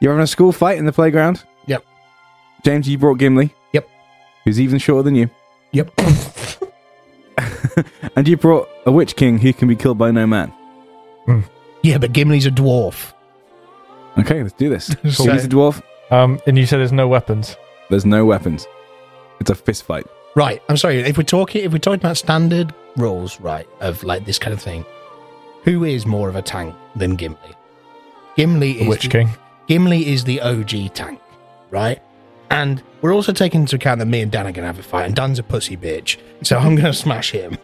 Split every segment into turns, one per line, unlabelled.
You're having a school fight in the playground?
Yep.
James, you brought Gimli?
Yep.
Who's even shorter than you.
Yep.
And you brought a Witch King who can be killed by no man.
yeah, but Gimli's a dwarf.
Okay, let's do this.
So-
So he's a dwarf.
Um, and you said there's no weapons.
There's no weapons. It's a fist fight.
Right. I'm sorry. If we're talking, if we're talking about standard rules, right, of like this kind of thing, who is more of a tank than Gimli? Gimli
The
is
Witch
the-
King.
Gimli is the OG tank, right? And we're also taking into account that me and Dan are going to have a fight, and Dan's a pussy bitch, so I'm going to smash him.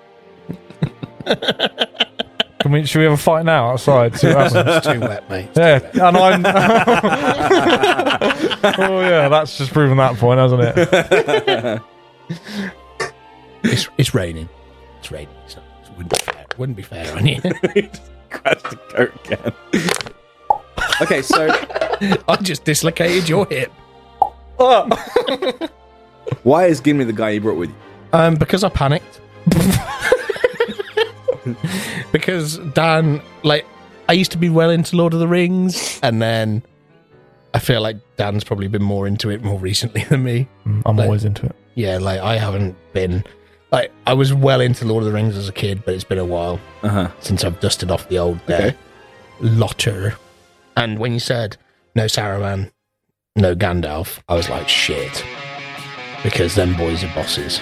Can we, should we have a fight now outside? See what happens?
It's too wet, mate.
Yeah, and I'm. oh yeah, that's just proven that point, hasn't it?
It's, it's raining. It's raining. So it wouldn't be fair. Wouldn't be fair on you.
Grabs the coat again. okay, so
I just dislocated your hip.
why is Gimli the guy you brought with you?
Um, because I panicked. because Dan, like, I used to be well into Lord of the Rings, and then I feel like Dan's probably been more into it more recently than me.
I'm always into it.
Yeah, like I haven't been. Like I was well into Lord of the Rings as a kid, but it's been a while
Uh huh.
since I've dusted off the old uh,
Okay.
lotter. And when you said no Saruman, no Gandalf, I was like shit, because them boys are bosses.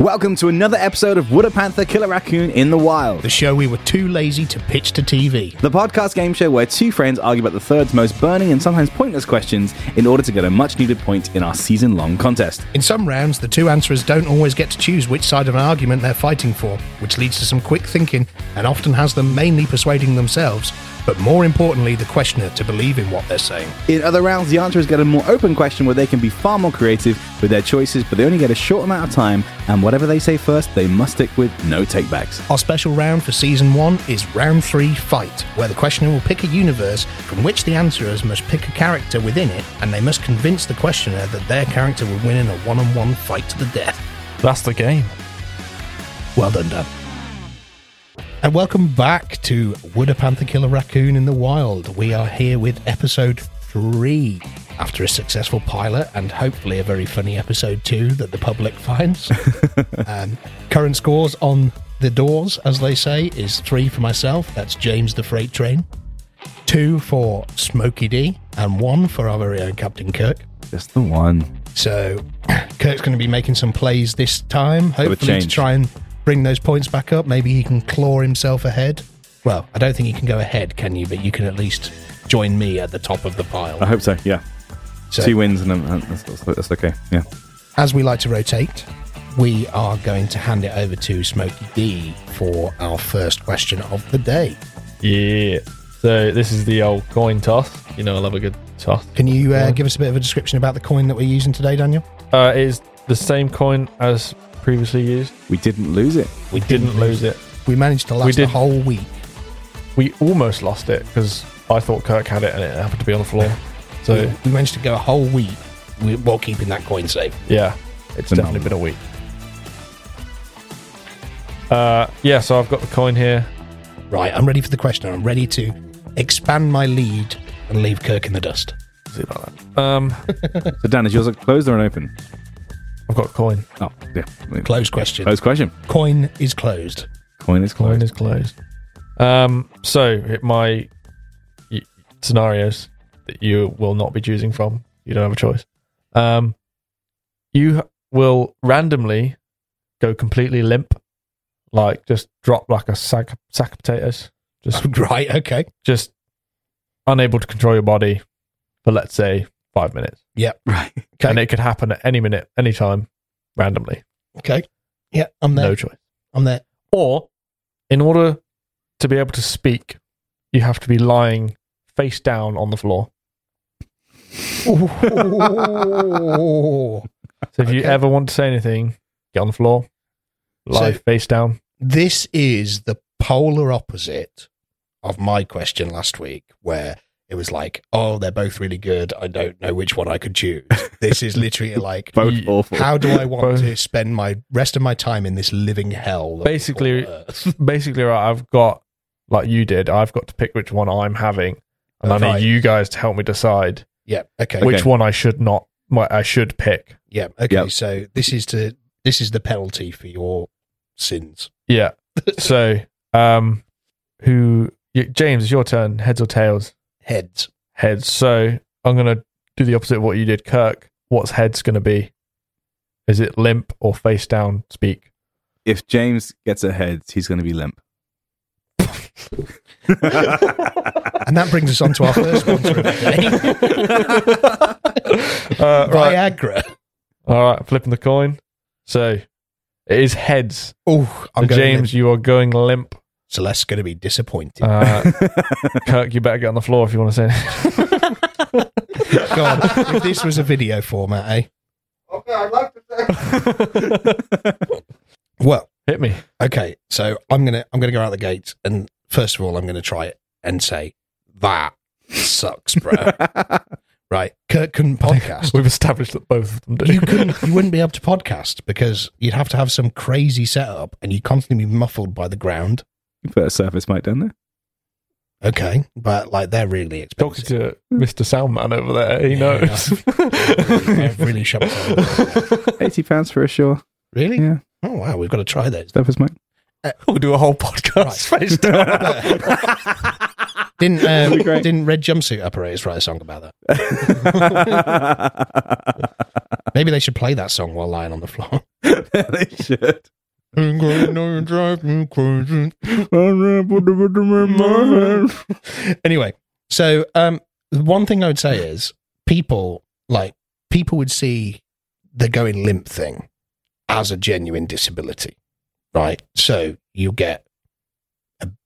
Welcome to another episode of Would a Panther Kill a Raccoon in the Wild,
The show we were too lazy to pitch to TV.
the podcast game show where two friends argue about the third's most burning and sometimes pointless questions in order to get a much needed point in our season long contest.
In some rounds, the two answerers don't always get to choose which side of an argument they're fighting for, which leads to some quick thinking and often has them mainly persuading themselves, but more importantly, the questioner to believe in what they're saying.
In other rounds, the answerers get a more open question where they can be far more creative with their choices, but they only get a short amount of time, and whatever they say first, they must stick with no takebacks.
Our special round for season one is round three fight, where the questioner will pick a universe from which the answerers must pick a character within it, and they must convince the questioner that their character will win in a one on one fight to the death.
That's the game.
Well done, Dan. And welcome back to Would a Panther Kill a Raccoon in the Wild? We are here with episode three. After a successful pilot and hopefully a very funny episode two that the public finds. um, current scores on the doors, as they say, is three for myself. That's James the Freight Train. Two for Smokey D, and one for our very own Captain Kirk.
Just the one.
So Kirk's going to be making some plays this time, hopefully to
change.
try and bring those points back up. Maybe he can claw himself ahead. Well, I don't think you can go ahead, can you? But you can at least join me at the top of the
I
Uh,
pile.
hope so, yeah.
So-
Two wins, and then- and that's, that's- that's okay, yeah.
As we like to rotate, we are going to hand it over to Smokey D for our first question of the day.
Yeah. So this is the old coin toss. You know, I love a good toss.
Can you uh, give us a bit of a description about the coin that we're using today, Daniel?
Uh, it is the same coin as previously used.
We didn't lose it.
We didn't lose it.
We managed to
We
last a
did.
whole week.
We almost lost it because I thought Kirk had it and it happened to be on the floor. So
We managed to go a whole week wi- while keeping that coin safe.
yeah, it's
Phenomenal.
definitely been a week. Uh, yeah. So I've got the coin here.
Right, I'm ready for the question. I'm ready to expand my lead and leave Kirk in the dust.
See about that. Um,
So, Dan, is yours closed or an open?
I've got a coin.
Oh, yeah.
Close question.
Closed question.
Coin is closed.
Coin is
Coin
closed.
is closed. Um, so it, my y- scenarios that you will not be choosing from. You don't have a choice. Um, you h- will randomly go completely limp, like just drop like a sack sack of potatoes, just
Right, okay.
just unable to control your body for let's say five minutes,
Right.
and it could happen at any minute, any time, randomly.
Okay. Yeah, I'm there.
No choice.
I'm there.
Or, in order to be able to speak, you have to be lying face down on the floor.
Ooh.
So if you
Okay.
ever want to say anything, get on the floor, lie
So-
face down.
this is the polar opposite of my question last week, where it was like, oh, they're both really good. I don't know which one I could choose. This is literally like,
Both
Ye-
awful.
how do I want
Both.
to spend my rest of my time in this living hell? that we
Basically-
call Earth?
Basically, right, I've got like you did. I've got to pick which one I'm having, and I need
Right.
you guys to help me decide
Yeah. Okay.
which one I should not. My, I should pick.
yeah. Okay.
Yep.
So this is to this is the penalty for your sins.
Yeah. so, um, who? y- James, it's your turn. Heads or tails?
Heads.
Heads. So I'm gonna do the opposite of what you did, Kirk. What's heads gonna be? Is it limp or face down? Speak.
If James gets ahead, he's going to be limp.
And that brings us on to our first sponsor of the day,
Uh, right.
Viagra.
All right. Flipping the coin. So it is heads.
Oh, I'm going
James,
James.
you are going limp.
Celeste's going to be disappointed.
Uh, Kirk, you better get on the floor if you want to say anything.
God, if this was a video format, eh? Well,
Hit me.
okay. So I'm gonna I'm gonna go out the gate, and first of all, I'm gonna try it and say that sucks, bro. right? Kirk couldn't podcast.
We've established that both of them do.
You couldn't. You wouldn't be able to podcast because you'd have to have some crazy setup, and you'd constantly be muffled by the ground.
You put a surface mic down there.
Okay, but like they're really
Talking
expensive.
to Mr. Soundman over there, he
Yeah.
knows.
I've really shut
Eighty pounds for a sure
Really?
Yeah.
Oh wow, we've got to try those.
surface mic.
we'll do a whole podcast face down.
Didn't
That'd be
um,
great.
didn't Red Jumpsuit Operators write a song about that? Maybe they should play that song while lying on the floor.
they should.
anyway, so um, the one thing I would say is people like people would see the going limp thing as a genuine disability, right? So you get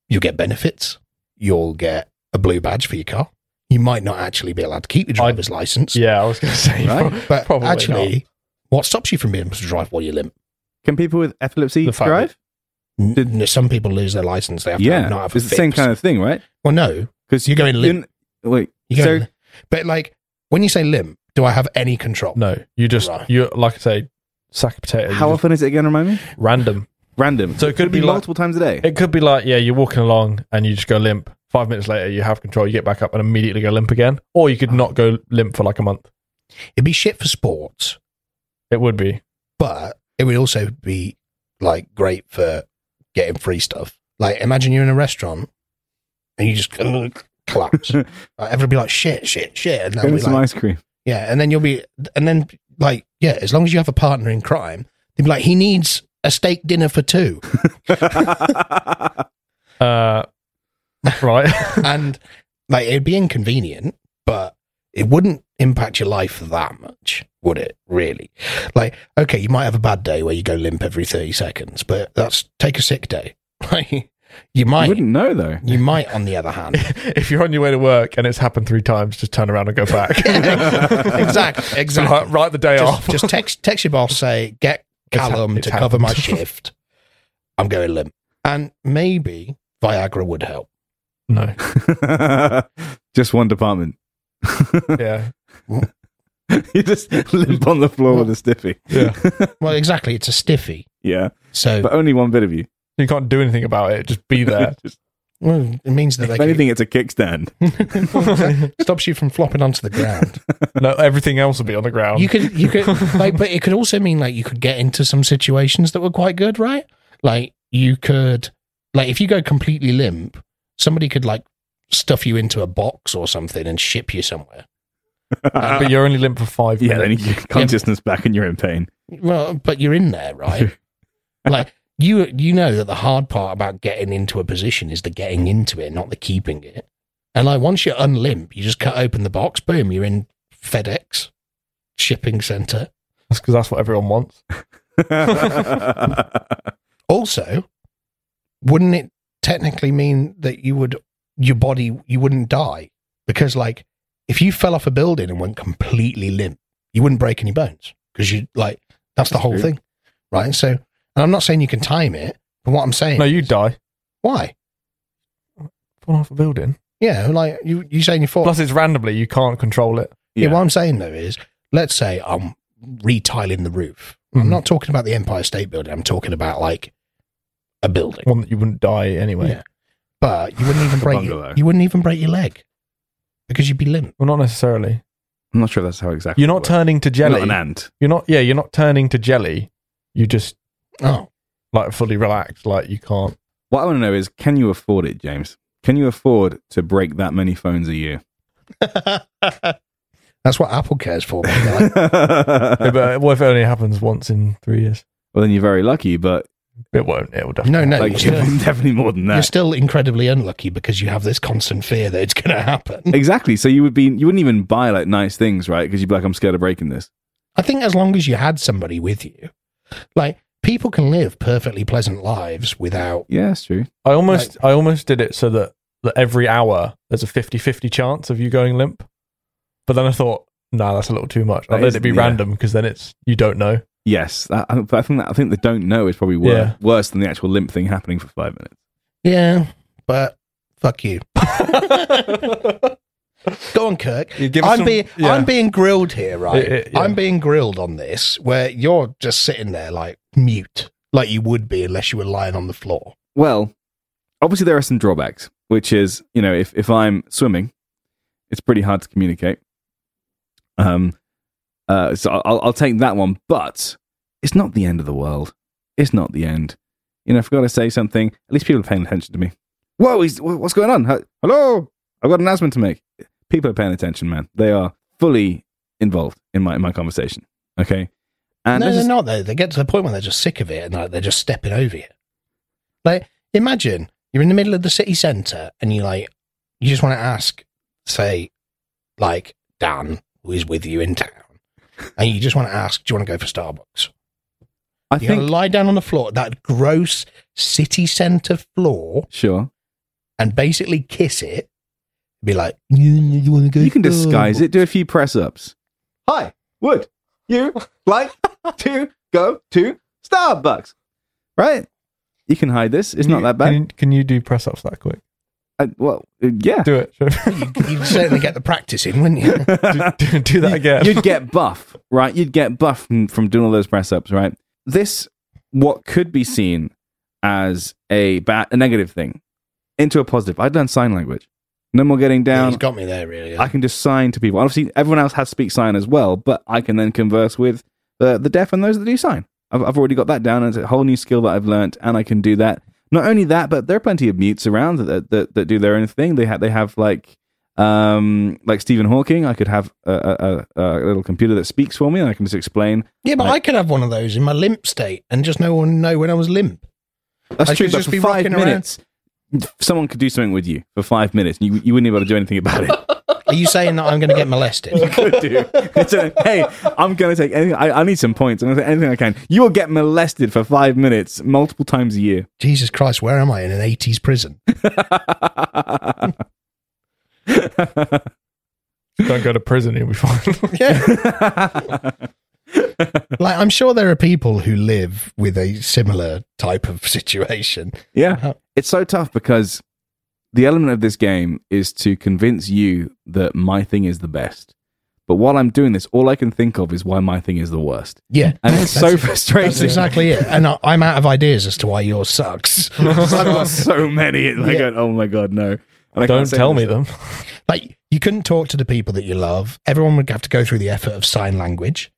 you get benefits, you'll get a blue badge for your car. You might not actually be allowed to keep your
I-
driver's license,
yeah, I was going to say.
Right.
prob-
but
probably
actually,
not.
what stops you from being able to drive while you limp?
Can people with epilepsy
The fact
drive?
N-
Did-
n- some people lose their license. They have
yeah,
to not have a
it's the same
fix.
kind of thing, right?
Well, no,
Because
You're going limp.
Wait,
you go.
So-
in- but like when you say limp, do I have any control?
No, you just,
Right.
you like I say, sack of potatoes.
how
you
often is it again? Remind me.
just- Random.
Random.
So it could be like,
multiple times a day.
it could be like, yeah, you're walking along and you just go limp. Five minutes later, you have control, you get back up and immediately go limp again. Or you could
Ah.
not go limp for like a month.
It'd be shit for sports,
It would be.
but it would also be like great for getting free stuff. Like imagine you're in a restaurant and you just collapse. like, everyone be like shit, shit, shit, and they'll
Go
be
get some
like,
ice cream.
yeah, and then you'll be, and then like yeah, as long as you have a partner in crime, they'd be like he needs a steak dinner for two.
Uh, right.
and like it'd be inconvenient, but it wouldn't impact your life that much, would it? Really? Like, okay, you might have a bad day where you go limp every thirty seconds, but that's take a sick day. Like, you
I
might,
wouldn't know though.
you might. On the other hand,
if you're on your way to work and it's happened three times, just turn around and go back.
exactly, exactly.
Right, write the day
Just,
off.
just text text your boss, say get
It's hap-
Callum
it's
to cover my
happened.
shift. I'm going limp, and maybe Viagra would help.
no.
Just one department.
Yeah.
you just limp on the floor with a stiffy.
Yeah.
Well, exactly. It's a stiffy,
Yeah,
so
but only one bit of you.
You can't do anything about it. Just be there.
Just-
well, it means that they
if
can
anything, it's a kickstand.
stops you from flopping onto the ground.
No, everything else will be on the ground.
You could, you could, like, but it could also mean like you could get into some situations that were quite good, right? Like you could, like, if you go completely limp, somebody could like stuff you into a box or something and ship you somewhere.
but you're only limp for five
yeah, then you
minutes.
get consciousness back and you're in pain.
Well, but you're in there, right? like you, you know that the hard part about getting into a position is the getting into it, not the keeping it. And like once you're unlimp, you just cut open the box, boom, you're in FedEx shipping center.
That's because that's what everyone wants.
Also, wouldn't it technically mean that you would your body you wouldn't die because like if you fell off a building and went completely limp, you wouldn't break any bones because you like that's the
That's
whole
true.
thing, right? So, and I'm not saying you can time it, but what I'm saying,
No, you die.
why?
Fall off a building.
Yeah, like you you saying you fall.
Plus, it's randomly. You can't control it.
Yeah.
Yeah.
what I'm saying though is, let's say I'm retiling the roof.
Mhm.
I'm not talking about the Empire State Building. I'm talking about like a building.
One that you wouldn't die anyway.
Yeah. but you wouldn't even
The
break
bungalow.
you wouldn't even break your leg. because you'd be limp.
Well, not necessarily.
I'm not sure that's how exactly.
You're not
it works.
turning to
You're
jelly.
Not an ant.
You're not. Yeah, you're not turning to jelly. You just
Oh,
like fully relaxed. Like you can't.
What I want to know is, can you afford it, James? Can you afford to break that many phones a year?
that's what Apple cares for. mate. They're like,
Yeah,
well,
but what if it only happens once in three years?
then you're very lucky, but
It won't. It will definitely.
no, no, you're
like,
still,
definitely more than
you're
that.
still incredibly unlucky because you have this constant fear that it's going to happen.
Exactly. So you would be, you wouldn't even buy like nice things, right? Because you'd be like, I'm scared of breaking this.
I think as long as you had somebody with you, like people can live perfectly pleasant lives without.
Yeah, that's true.
I almost I almost did it so that, that every hour there's a 50-50 chance of you going limp. But then I thought, nah, that's a little too much. I
That
let
is-
it be
yeah.
random because then it's you don't know.
Yes, that, I, but I think that I think the don't know is probably wor-
Yeah.
worse than the actual limp thing happening for five minutes.
Yeah, but fuck you. Go on, Kirk. I'm being I'm being grilled here, right?
It- it- yeah.
I'm being grilled on this, where you're just sitting there like mute, like you would be unless you were lying on the floor.
Well, obviously there are some drawbacks, which is you know if if I'm swimming, it's pretty hard to communicate. Um, uh, so I'll- I'll I'll take that one, but it's not the end of the world. It's not the end. You know, if I've got to say something, at least people are paying attention to me. Whoa, is, wh- what's going on? Huh? Hello, I've got an announcement to make. People are paying attention, man. They are fully involved in my in my conversation. Okay, and
no,
this
they're
is-
not though. They get to the point where they're just sick of it and like they're just stepping over you. Like, imagine you're in the middle of the city centre and you like you just want to ask, say, like Dan, who is with you in town, and you just want to ask, do you want to go for Starbucks?
I
You're gonna
think
lie down on the floor, that gross city centre floor,
sure
and basically kiss it. Be like, you, you want to go?
you can
for-
disguise it. Do a few press ups. Hi, would you like to go to Starbucks? Right? You can hide this. It's not that bad.
Can you, can you do press ups that quick?
I- well, uh, yeah.
Do it.
You, you'd certainly get the practice in, wouldn't you?
do, do- do that again.
You'd get buff, right? You'd get buff from, from doing all those press ups, right? This, what could be seen as a bad, a negative thing, into a positive. I'd learn sign language. No more getting down.
He's got me there, really.
I can just sign to people. Obviously, everyone else has speak sign as well, but I can then converse with the, the deaf and those that do sign. I've, I've already got that down. and It's a whole new skill that I've learnt, and I can do that. Not only that, but there are plenty of mutes around that that, that do their own thing. They have they have like um like Stephen Hawking. I could have a, a, a, a little computer that speaks for me, and I can just explain.
Yeah, but
Like-
I could have one of those in my limp state and just no one know when I was limp.
That's
I
true.
could
But
just
for
be
five
rocking around.
minutes, someone could do something with you for five minutes, and you you wouldn't be able to do anything about it.
Are you saying that I'm going to get molested?
could do. It's a- hey, I'm going to take anything. I, I need some points. I'm going to take anything I can. You will get molested for five minutes multiple times a year.
Jesus Christ, where am I in an 80s prison?
Don't go to prison. You'll be fine.
Like, I'm sure there are people who live with a similar type of situation.
yeah. It's so tough because the element of this game is to convince you that my thing is the best. But while I'm doing this, all I can think of is why my thing is the worst.
Yeah.
And it's so
That's-
frustrating.
That's exactly it. And I, I'm out of ideas as to why yours sucks.
I've got so many. And I
Yeah.
go, oh my God, no. And I can't
Don't
say
tell
this.
me them.
Like, you couldn't talk to the people that you love. Everyone would have to go through the effort of sign language.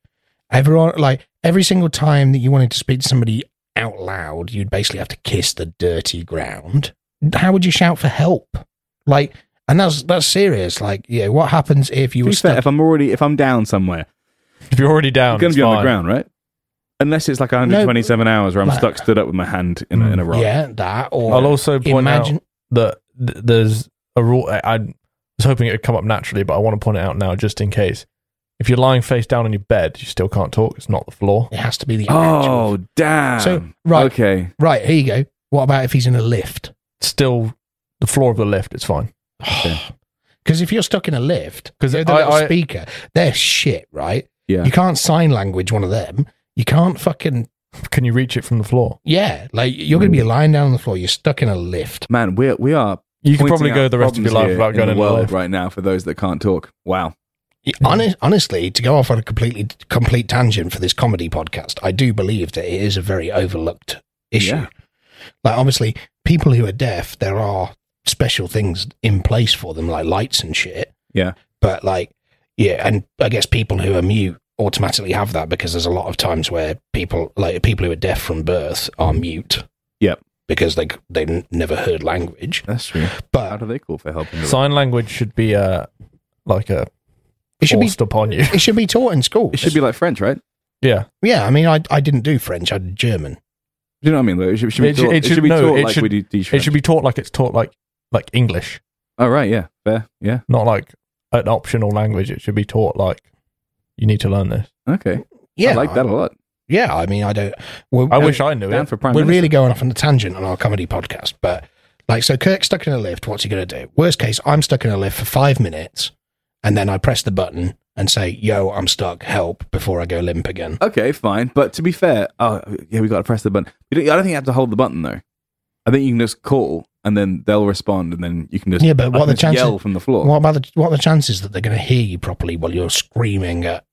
Everyone, like, every single time that you wanted to speak to somebody out loud, you'd basically have to kiss the dirty ground. How would you shout for help? Like, and that's that's serious. Like, yeah, what happens if you
To
were
be fair,
stuck?
if I'm already, if I'm down somewhere,
If you're already down,
I'm going
it's
to be on the
fine.
ground, right? Unless it's like 127 hours where I'm
Like-
stuck stood up with my hand in a, in a rock.
Yeah, that or
I'll also point out
imagine.
that th- there's a rule. I, I was hoping it would come up naturally, but I want to point it out now just in case. If you're lying face down on your bed, you still can't talk. It's not the floor.
It has to be the actual.
Oh, damn.
So right,
Okay.
right here you go. What about if he's in a lift?
Still, the floor of the lift. It's fine.
Because if you're stuck in a lift, because
'Cause
they're the
I-
little
I-
speaker, they're shit, right?
Yeah.
You can't sign language one of them. You can't fucking
Can you reach it from the floor?
yeah. Like you're
Mm.
gonna be lying down on the floor. You're stuck in a lift.
Man, we're, we are.
You could
pointing
probably go
out
the rest of
problems
your life
here
without going
in
in
the
the
world
lift.
right now for those that can't talk. Wow.
Honest, honestly, to go off on a complete complete tangent for this comedy podcast, I do believe that it is a very overlooked issue.
Yeah.
Like obviously, people who are deaf, there are special things in place for them, like lights and shit.
Yeah.
But like, yeah, and I guess people who are mute automatically have that because there's a lot of times where people like people who are deaf from birth are mute.
Yep.
Because they they n- never heard language.
That's true. How
But
do they call for help? in the-
Sign language should be uh, like a
it should be
forced upon you.
it should be taught in school.
it should be like French, right?
yeah.
Yeah, I mean, I I didn't do French. I did German.
Do you know what I mean? Like, It should, it should be
It should-
taught,
it
it
should-
should be
no,
taught
it
like
should-
we do teach
It
French.
should be taught like it's taught like like English,
oh, right, yeah. Fair, yeah.
not like an optional language. It should be taught like you need to learn this.
Okay.
Yeah,
I like that a lot.
Yeah, I mean, I don't. Well,
I wish I knew
Down
it.
for prime
we're
minister.
really going off on a tangent on our comedy podcast, but like, so Kirk's stuck in a lift. What's he going to do? Worst case, I'm stuck in a lift for five minutes, and then I press the button and say, "Yo, I'm stuck. Help!" Before I go limp again.
Okay, fine. But to be fair, oh yeah, we got to press the button. You don't, I don't think you have to hold the button though. I think you can just call and then they'll respond, and then you can just
Yeah, but
I
what
can
are the
just
chances-
Yell from the floor.
What about the what are the chances that they're going to hear you properly while you're screaming at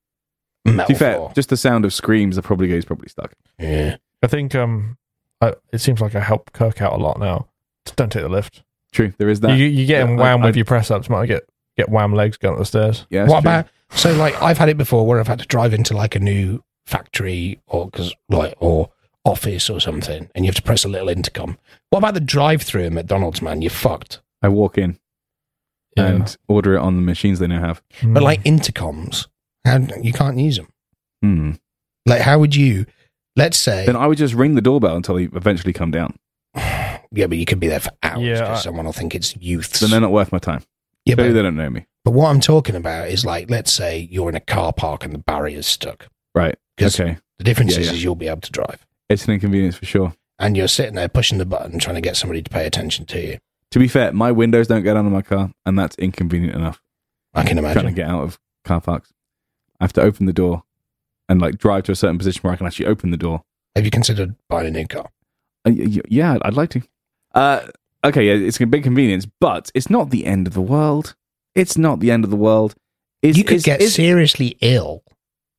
metal
to be fair,
floor?
just the sound of screams. The probably goes probably stuck.
Yeah.
I think um, I, it seems like I help Kirk out a lot now. Just don't take the lift.
True, there is
You,
that.
you get him
Yeah, I-
wham
I-
with your press ups. Might get get wham legs going up the stairs.
yeah,
What
that's true.
about so like I've had it before where I've had to drive into like a new factory or cause like or office or something, and you have to press a little intercom. What about the drive-through at McDonald's, man? You're fucked.
I walk in and order it on the machines they now have.
Yeah.
But like intercoms, how, you can't use them.
Hmm.
Like, how would you? Let's say,
Then I would just ring the doorbell until they eventually come down.
yeah, but you could be there for hours
Yeah,
because
I-
someone will think it's youths.
Then they're not worth my time.
yeah,
Clearly
but,
they don't know me.
but what I'm talking about is like, let's say you're in a car park and the barrier's stuck.
Right.
'Cause
Okay.
The difference
Yeah,
is,
yeah.
is you'll be able to drive,
It's an inconvenience for sure.
and you're sitting there pushing the button trying to get somebody to pay attention to you.
To be fair, my windows don't get out of my car, and that's inconvenient enough.
I can
trying to
imagine.
get out of car parks. I have to open the door and like drive to a certain position where I can actually open the door.
Have you considered buying a new car?
Uh, y- y- yeah, I'd- I'd like to. Uh, okay, yeah, it's a big convenience, but it's not the end of the world. It's not the end of the world. Is,
you could
is-
get
is-
seriously ill.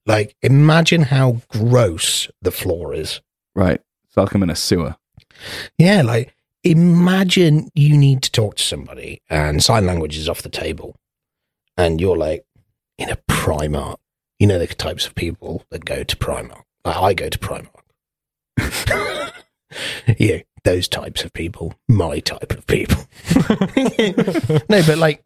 Like, imagine how gross the floor is.
right. So I'll come in a sewer.
Yeah, like, imagine you need to talk to somebody and sign language is off the table. And you're like in a Primark. You know the types of people that go to Primark. Like, I go to Primark. yeah, those types of people. My type of people. no, but like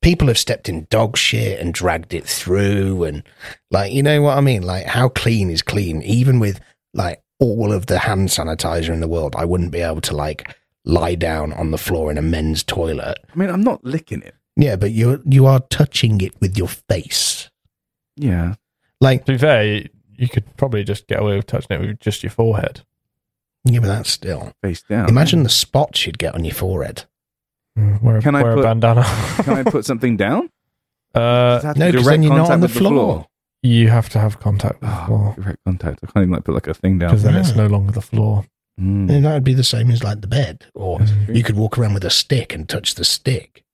people have stepped in dog shit and dragged it through and like you know what I mean? Like how clean is clean? Even with like all of the hand sanitizer in the world, I wouldn't be able to like lie down on the floor in a men's toilet.
I mean, I'm not licking it.
Yeah, but you you are touching it with your face.
Yeah.
Like
to be fair, you, you could probably just get away with touching it with just your forehead.
yeah, but that's still.
Face down.
Imagine the spots you'd get on your forehead.
Mm, Wear, a-
Can I
wear
put-
a bandana.
Can I put something down? Does
uh,
it have to
No,
be
because
direct
then you're not
contact
on the
with
floor.
you have to have contact with the
Oh,
floor
direct contact. I can't even like put like a thing down.
because then it's
Yeah.
no longer the floor.
Mm.
And that would be the same as like the bed, or you could walk around with a stick and touch the stick.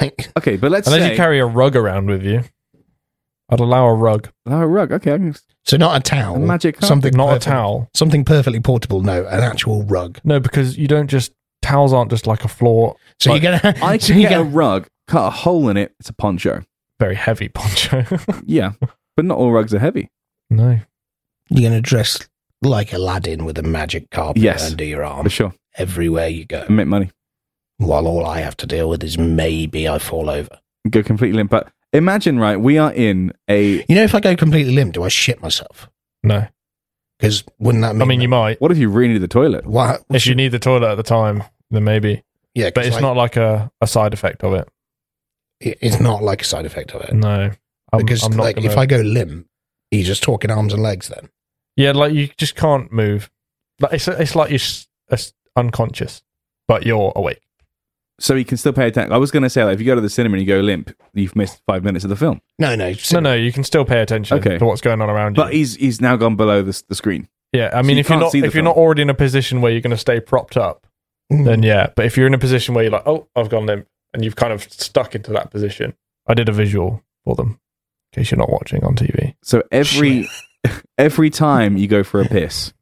Like
Okay, but let's
Unless
say
you carry a rug around with you, I'd allow a rug,
oh, rug. Okay, I can
so, not a towel,
A magic carpet.
something,
not a
perfect-
towel.
something perfectly portable. No, an actual rug.
No, because you don't just towels aren't just like a floor,
So
Like,
you're gonna,
I
so
could
you're
get a
gonna,
rug, cut a hole in it. It's a poncho.
very heavy poncho.
Yeah, but not all rugs are heavy.
no,
you're gonna dress like Aladdin with a magic carpet
Yes.
under your arm
For sure,
everywhere you go.
and make money.
While all I have to deal with is maybe I fall over.
Go completely limp. But imagine, right? We are in a.
You know, if I go completely limp, do I shit myself?
no.
Because wouldn't that mean?
I mean, you might
What if you really need the toilet?
What?
if you need the toilet at the time. Then maybe,
yeah,
but it's not like a, a side effect of it.
It's not like a side effect of it.
No, I'm,
because
I'm not
like
gonna-
if I go limp, are you just talking arms and legs then?
Yeah, like you just can't move. Like it's it's like you're s- s- unconscious, but you're awake.
So you can still pay attention. I was going to say, like, if you go to the cinema and you go limp, you've missed five minutes of the film.
No, no,
No, no, you can still pay attention
Okay.
to what's going on around you.
But he's he's now gone below the, the screen.
yeah, I mean,
you
if you're
can't
not
see the
if you're
film.
not already in a position where you're going to stay propped up,
Mm.
then yeah. But if you're in a position where you're like, oh, I've gone limp, and you've kind of stuck into that position, I did a visual for them in case you're not watching on TV.
So every every time you go for a piss,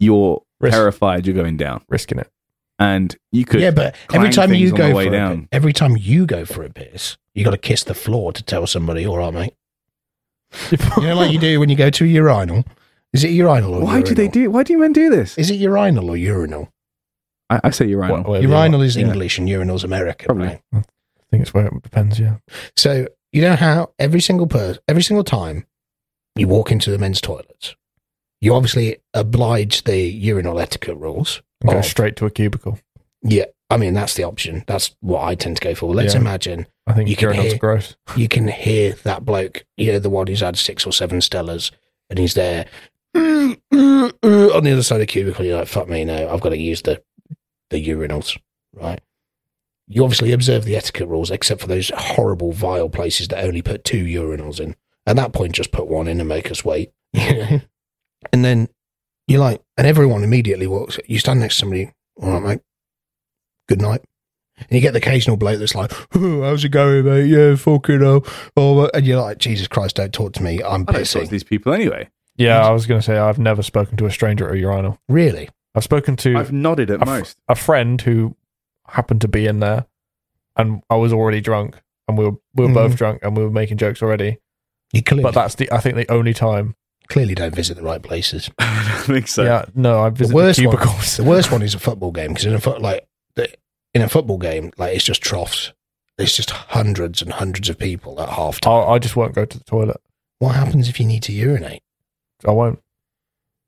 you're
Risk.
terrified you're going down.
Risking it.
and you could
yeah, but every
clang
time
things
you
on the
go
way
for A,
down.
pi- every time you go for a piss, you got to kiss the floor to tell somebody, "All right, mate." You know, like you do when you go to a urinal. Is it urinal or
why do they
urinal?
do? Why do you men do this?
Is it urinal or urinal?
I, I say urinal.
Whatever you want.
Urinal is
yeah.
English and urinal's American.
Probably.
right?
I think it's where it depends. Yeah.
So you know how every single person, every single time you walk into the men's toilets, you obviously oblige the urinal etiquette rules.
And go
of-
straight to a cubicle.
yeah, I mean that's the option. That's what I tend to go for. Let's
Yeah.
imagine
I think
You can
urinals
hear-
are gross.
you can hear that bloke, you know, the one who's had six or seven Stellas, and he's there "Mm, mm, mm," on the other side of the cubicle. You're like, fuck me, no, I've got to use the the urinals, right? You obviously observe the etiquette rules, except for those horrible, vile places that only put two urinals in. At that point, just put one in and make us wait. you know? and then you're like, and everyone immediately walks. You stand next to somebody, all right, mate, good night. And you get the occasional bloke that's like, "Oh, how's it going, mate? Yeah, fucking hell. Oh, uh," and you're like, Jesus Christ, don't talk to me. I'm
I don't talk to
pissing.
these people anyway.
Yeah, I was going to say I've never spoken to a stranger at a urinal.
Really?
I've spoken to
I've nodded at
a, f-
most.
a friend who happened to be in there, and I was already drunk, and we were we were both drunk, and we were making jokes already.
You clearly,
But that's the I think the only time.
clearly don't visit the right places.
I don't think so.
yeah, no, I
The
visited
worst, one,
cubicles.
the worst one is a football game because in a foot like the, in a football game, like it's just troughs. It's just hundreds and hundreds of people at half time.
I, I just won't go to the toilet.
What happens if you need to urinate?
I won't.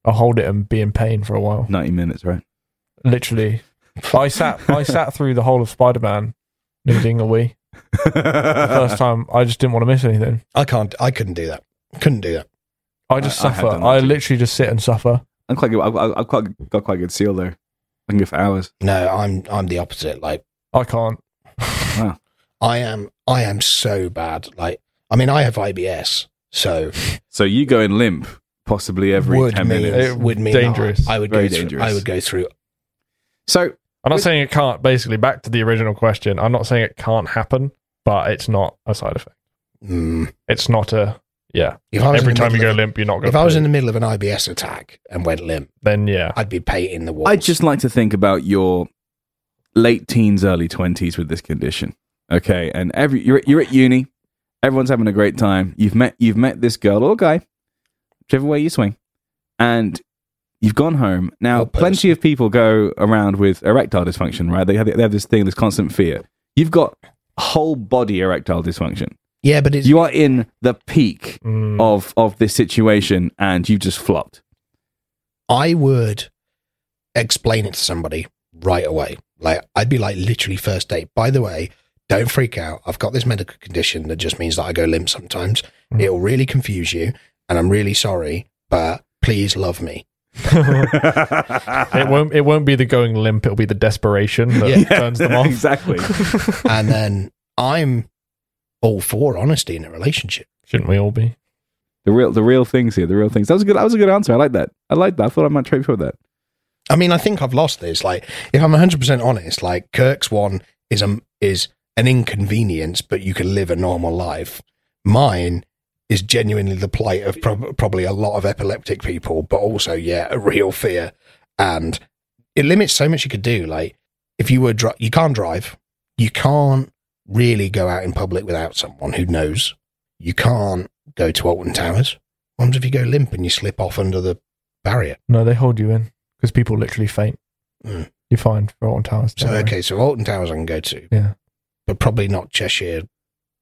I'll hold it and be in pain for a while.
Ninety minutes, right?
Literally, I sat I sat through the whole of Spider Man needing a wee. First time, I just didn't want to miss anything.
I can't. I couldn't do that. Couldn't do that.
I just
I- I have
suffer.
done that
I
too.
literally just sit and suffer.
I'm quite good. I've, I've I've quite got quite good seal though. I can go for hours.
No, I'm. I'm the opposite. Like.
I can't.
I am I am so bad. Like I mean I have IBS, so
So you go in limp possibly every
would
ten
mean
minutes.
It-
would mean
dangerous.
I would
Very
go
dangerous.
Through, I would go through
So
I'm not
Which-
saying it can't. Basically, back to the original question. I'm not saying it can't happen, but it's not a side effect.
mm,
It's not a yeah.
if I was
Every
in the
time you go
middle of-
limp, you're not going.
if I was in the middle of an IBS attack and went limp,
then yeah,
I'd be painting the walls.
I'd just like to think about your late teens, early twenties with this condition. Okay, and every you're you're at uni, everyone's having a great time. You've met you've met this girl or guy, whichever way you swing, and you've gone home. Now,
Or person.
plenty of people go around with erectile dysfunction, right? They have they have this thing, this constant fear. You've got whole body erectile dysfunction.
yeah, but it's
You are in the peak
Mm,
of of this situation, and you just flopped.
I would explain it to somebody right away. Like I'd be like literally first date. By the way, don't freak out. I've got this medical condition that just means that I go limp sometimes.
Mm.
It'll really confuse you, and I'm really sorry, but please love me.
Oh.
it won't. It won't be the going limp. It'll be the desperation that
Yeah.
turns them off.
Exactly.
and then I'm all for honesty in a relationship.
Shouldn't we all be?
The real, the real things here. The real things. That was a good. That was a good answer. I like that. I like that. I thought I might trade for that.
I mean, I think I've lost this. Like, if I'm 100% honest, like Kirk's one is um is an inconvenience, but you can live a normal life. Mine is genuinely the plight of prob- probably a lot of epileptic people, but also yeah, a real fear, and it limits so much you could do. Like, if you were dri- you can't drive, you can't really go out in public without someone who knows. You can't go to Alton Towers. What happens if you go limp and you slip off under the barrier?
No, they hold you in because people literally faint.
Mm.
You're fine for on towers.
So
don't worry.
okay, so Alton Towers I can go to,
Yeah.
but probably not Cheshire.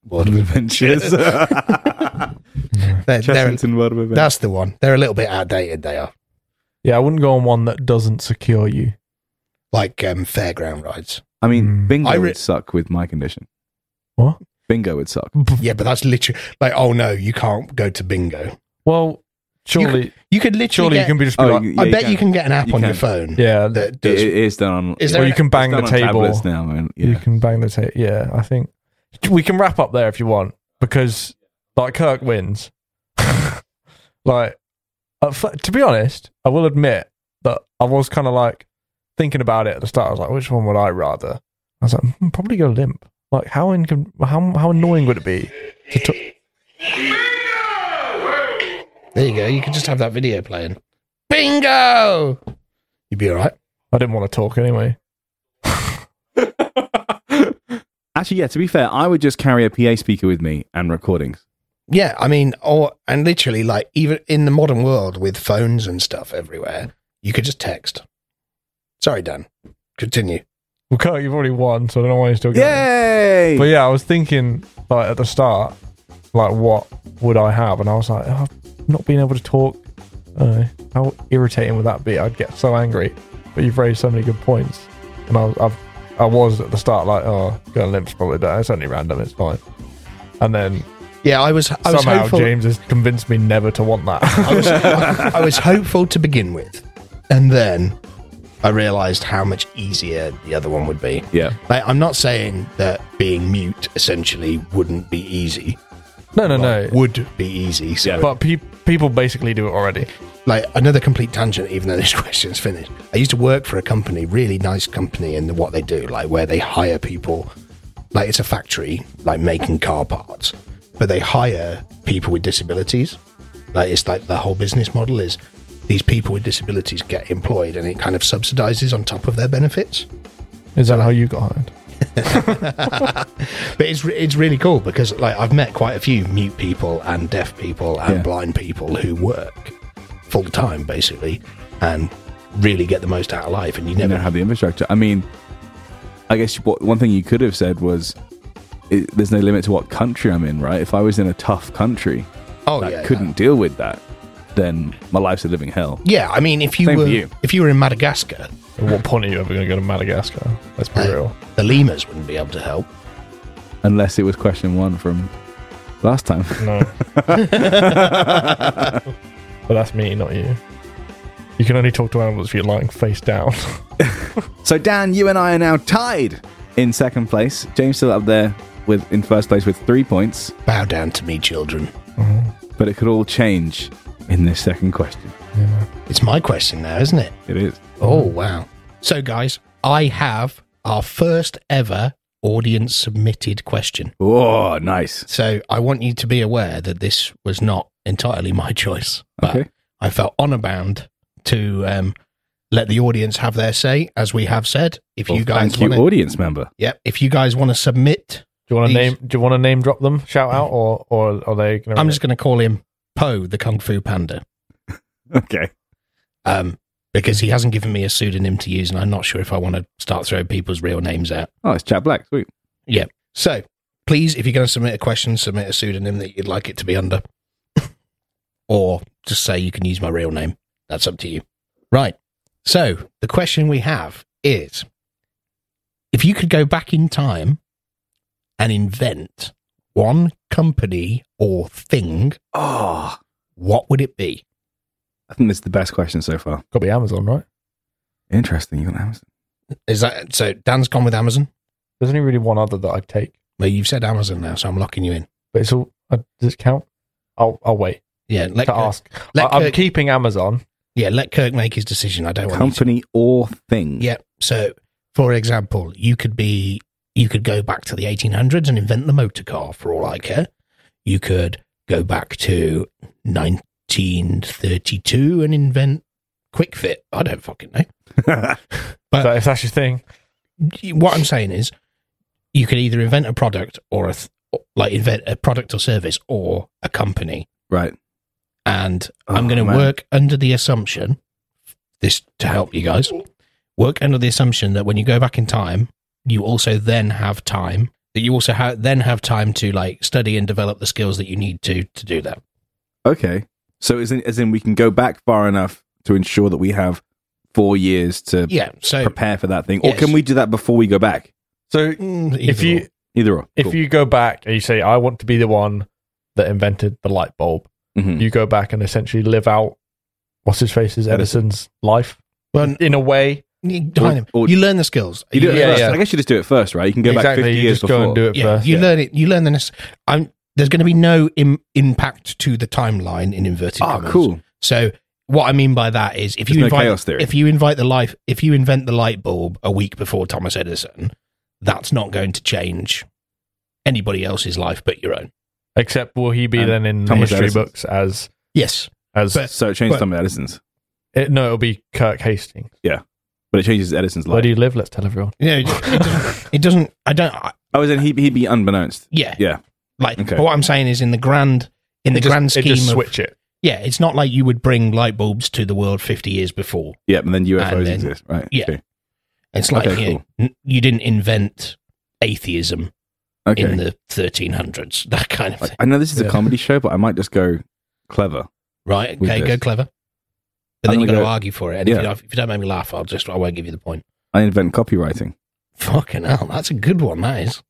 World
World of
of
Adventures.
No.
they're, they're,
Chessington World of Adventures.
that's the one. They're a little bit outdated. They are
Yeah, I wouldn't go on one that doesn't secure you.
like um, fairground rides.
I mean,
Mm.
bingo
I re-
would suck with my condition.
What?
Bingo would suck.
Yeah, but that's literally like, oh no, you can't go to bingo.
Well, surely,
You could literally.
surely you
get-
can be just be like,
yeah,
I bet Oh, you can get an app
You
on your
can.
phone.
yeah,
That
It,
does.
it is done on.
Is
Is
there-
there,
or you can bang the table.
tablets now, man.
You
Yeah.
can bang the tape. Yeah, I think we can wrap up there if you want because like Kirk wins. like, at fir- to be honest, I will admit that I was kind of like thinking about it at the start. I was like, which one would I rather? I was like, hmm, probably go limp. Like, how incon- how how annoying would it be? To t-
There you go. You could just have that video playing. Bingo. You'd be all right.
I didn't want to talk anyway.
Actually, yeah, to be fair, I would just carry a PA speaker with me and recordings.
Yeah, I mean, or and literally, like even in the modern world with phones and stuff everywhere, you could just text. Sorry, Dan. Continue.
well, Kurt, you've already won, so I don't know why you're still going.
Yay!
But yeah, I was thinking like at the start, like what would I have? And I was like, oh, not being able to talk. I don't know. how irritating would that be? I'd get so angry. But you've raised so many good points, and I was, I've, I was at the start like, oh, going limp's probably better. It's only random. It's fine. And then
Yeah, I was. I was
somehow
hopeful.
James has convinced me never to want that.
I was, I, I was hopeful to begin with, and then I realised how much easier the other one would be.
Yeah.
Like, I'm not saying that being mute essentially wouldn't be easy.
no, no,
but
no.
would be easy. So
Yeah.
But pe- people basically do it already.
like another complete tangent, even though this question's finished. I used to work for a company, really nice company, in what they do, like where they hire people. Like it's a factory, like making car parts, but they hire people with disabilities. Like it's like the whole business model is these people with disabilities get employed, and it kind of subsidizes on top of their benefits.
Is that how you got hired?
But it's re- it's really cool because like I've met quite a few mute people and deaf people and
Yeah.
blind people who work full time basically and really get the most out of life. And you
You
never
don't have the infrastructure. I mean, I guess what, one thing you could have said was it, there's no limit to what country I'm in, right? If I was in a tough country
oh
that
yeah
couldn't deal with that, then my life's a living hell.
yeah. I mean if you
Same for
were
you.
if you were in Madagascar,
At what point are you ever going to go to Madagascar? Let's be
uh,
real.
the lemurs wouldn't be able to help.
Unless it was question one from last time.
No. but that's me, not you. You can only talk to animals if you're lying face down.
So Dan, you and I are now tied in second place. James still up there with in first place with three points,
Bow down to me, children.
but it could all change in this second question.
It's my question now, isn't it?
It is.
Oh wow. So guys, I have our first ever audience submitted question.
Oh, nice.
So I want you to be aware that this was not entirely my choice, but
Okay.
I felt honor bound to um, let the audience have their say. As we have said, if
Well,
you guys
thank you,
want to,
audience member.
yep, if you guys want to submit,
Do you want to
These-
name? Do you want to name drop them? Shout out, or or are they? Gonna
I'm just going to call him Poe the Kung Fu Panda,
Okay.
um, because he hasn't given me a pseudonym to use, and I'm not sure if I want to start throwing people's real names out.
Oh, it's Chad Black. Sweet.
Yeah. So please, if you're going to submit a question, submit a pseudonym that you'd like it to be under, or just say you can use my real name. That's up to you. Right. So the question we have is if you could go back in time and invent one company or thing,
Oh,
what would it be?
I think this is the best question so far.
got to be Amazon, right?
Interesting. You got Amazon.
Is that so? Dan's gone with Amazon.
There's only really one other that I'd take,
Well, you've said Amazon now, so I'm locking you in.
but it's all. Uh, does it count? I'll I'll wait
Yeah, let
to
Kirk,
ask.
let
I, am
Kirk-
keeping Amazon.
yeah, let Kirk make his decision. I don't want you to
Company or thing.
Yep. So, for example, you could be you could go back to the 1800s and invent the motor car for all I care. You could go back to 1932 and invent quick fit. I don't fucking know. Uh,
So if that's your thing,
What I'm saying is you could either invent a product or a th- like invent a product or service or a company
right.
and
Oh,
I'm going to
man.
work under the assumption this to help you guys work under the assumption that when you go back in time, you also then have time that you also ha- then have time to like study and develop the skills that you need to to do that.
Okay. So as in, as in we can go back far enough to ensure that we have four years to
Yeah. So
prepare for that thing. Or
Yes.
can we do that before we go back?
so
mm,
if
either
you
or.
Either or.
if
Cool.
you go back and you say I want to be the one that invented the light bulb,
Mhm.
you go back and essentially live out what's his face's
Edison.
Edison's life
Well,
in a way.
you, kind of-
or-
you learn the skills.
You do it
Yeah,
first.
yeah.
I guess you just do it first, right? You can go back 50
you
years
just go
before.
and do it
yeah,
first.
you learn it. You learn the. nec- I'm, there's going to be no Im- impact to the timeline in inverted.
Oh,
commas.
cool.
So what I mean by that is if
There's
you
no
invite
chaos theory.
if you invite the life if you invent the light bulb a week before Thomas Edison, that's not going to change anybody else's life but your own.
Except will he be
And
then in the
Thomas
history
Edison.
books as
Yes.
as
But-
So it changed
But-
Thomas Edison's.
it, no, it'll be Kirk Hastings.
but it changes Edison's
Where
life.
do you live? Let's tell everyone.
Yeah, it, it doesn't, it doesn't. I don't. I,
oh, as in he he'd be unbeknownst.
yeah,
Yeah,
like.
okay.
But what I'm saying is, in the grand, in the
It just-
grand
it
scheme
just
of,
switch it.
yeah, it's not like you would bring light bulbs to the world 50 years before.
yeah, and then UFOs
And then-
exist, right?
yeah.
okay,
It's like
Okay,
you,
cool.
n- you didn't invent atheism
okay.
in the 1300s, that kind of
I,
thing,
I know this is a
Yeah.
comedy show, but I might just go clever.
right?
with
Okay,
this.
go clever. But
I'm
then you got
gonna
to
go-
argue for it, and
Yeah.
if, you, don't- if you don't make me laugh, I'll just I won't give you the point.
I invent copywriting,
Fucking hell, that's a good one. That is.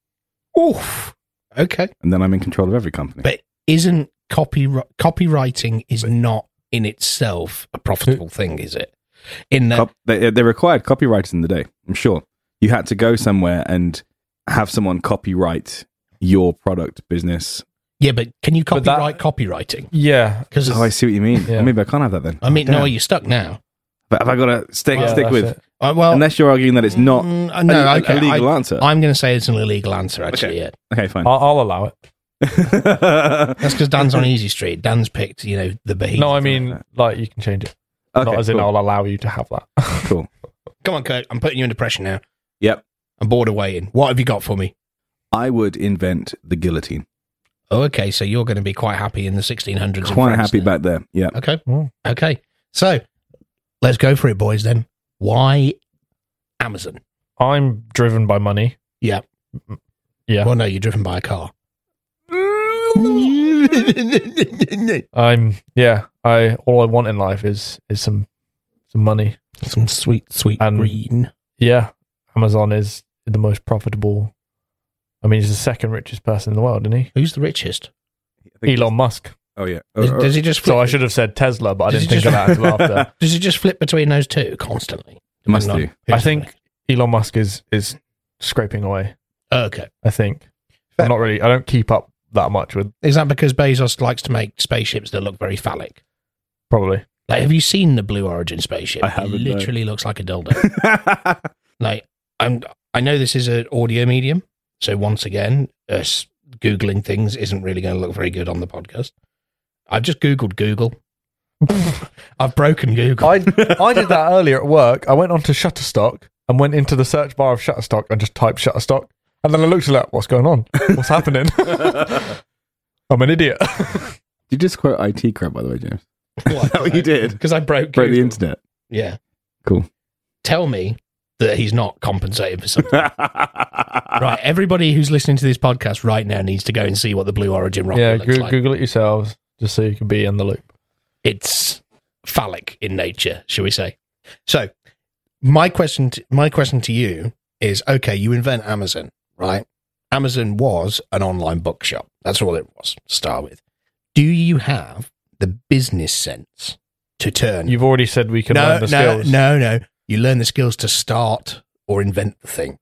Oof. Okay.
and then I'm in control of every company.
But isn't copy copywriting is not in itself a profitable thing, is it? In that,
Cop- they, they required copywriters in the day. I'm sure you had to go somewhere and have someone copyright your product business.
yeah, but can you
But that-
copyright copywriting? 'Cause
Yeah.
copywriting? Because
Oh, I see what you mean.
Yeah.
Maybe I can't have that then.
I mean, no,
Damn.
you're stuck now.
But have I got to stick
Yeah,
stick
that's
with?
it.
Uh, well,
Unless you're arguing that it's not
Mm, uh,
a-
no,
a,
okay.
a legal answer.
I, am going to say it's an illegal answer. Actually, yeah.
okay, fine.
I'll, I'll allow it.
That's because Dan's on Easy Street. Dan's picked, you know, the behemoth.
No, I mean, like, you can change it.
Okay,
Not as in
cool.
I'll allow you to have that.
cool.
Come on, Kurt. I'm putting you under pressure now.
Yep.
I'm bored of waiting. What have you got for me?
I would invent the guillotine.
Oh, okay. So you're going to be quite happy in the 1600s. in
Quite
France
happy
then.
back there. Yeah.
Okay.
Mm.
Okay. So let's go for it, boys. Then why Amazon?
I'm driven by money.
Yeah.
M- Yeah.
Well, no, you're driven by a car.
I'm yeah. I all I want in life is is some some money.
Some sweet, sweet
And-
green.
Yeah. Amazon is the most profitable. I mean, he's the second richest person in the world, isn't he?
Who's the richest?
Elon Musk.
Oh yeah.
Does, does he just flip?
Uh, So I should have said Tesla, but I
Does
didn't
he
think of that until after.
does he just flip between those two constantly?
Must
Depending
do.
on who's
I think-
the-
Elon Musk is is scraping away.
Okay.
I think.
Fair.
I'm not really. I don't keep up that much with
Is that because Bezos likes to make spaceships that look very phallic?
probably.
Like, have you seen the Blue Origin spaceship?
I haven't,
It
no.
literally looks like a dildo. like, I'm, I know this is an audio medium, so once again, us googling things isn't really going to look very good on the podcast. I've just googled Google. I've broken Google.
I I did that earlier at work. I went onto Shutterstock and went into the search bar of Shutterstock and just typed Shutterstock. And then I looked at that. What's going on? What's happening? I'm an idiot.
you just quote IT crap by the way, James?
Is
that what Oh, you did?
Because I broke
Break the
Google.
internet.
yeah.
Cool.
Tell me that he's not compensated for something.
right.
right. Everybody who's listening to this podcast right now needs to go and see what the Blue Origin rocket
yeah,
looks
Goo-
like.
Google it yourselves just so you can be in the loop.
it's phallic in nature, shall we say? So, my question, to, my question to you is: Okay, you invent Amazon, right? Amazon was an online bookshop. That's all it was to start with. Do you have the business sense to turn?
You've already said we can
no,
learn the
no,
skills.
no, no. You learn the skills to start or invent the thing.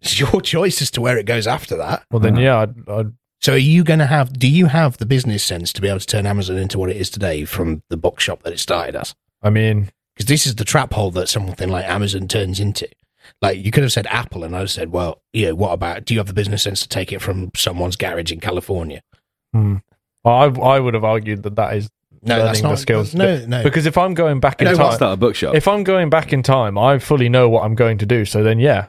It's your choice as to where it goes after that.
Well, then, yeah, I'd, I'd,
So, are you going to have? Do you have the business sense to be able to turn Amazon into what it is today from the bookshop that it started as?
I mean,
because this is the trap hole that something like Amazon turns into. Like you could have said Apple, and I'd have said, well, you know, what about? Do you have the business sense to take it from someone's garage in California?
I, I would have argued that that is learning the skills.
No, no,
Because if I'm going back in
You know
time,
I'll start a bookshop.
if I'm going back in time, I fully know what I'm going to do. So then, yeah,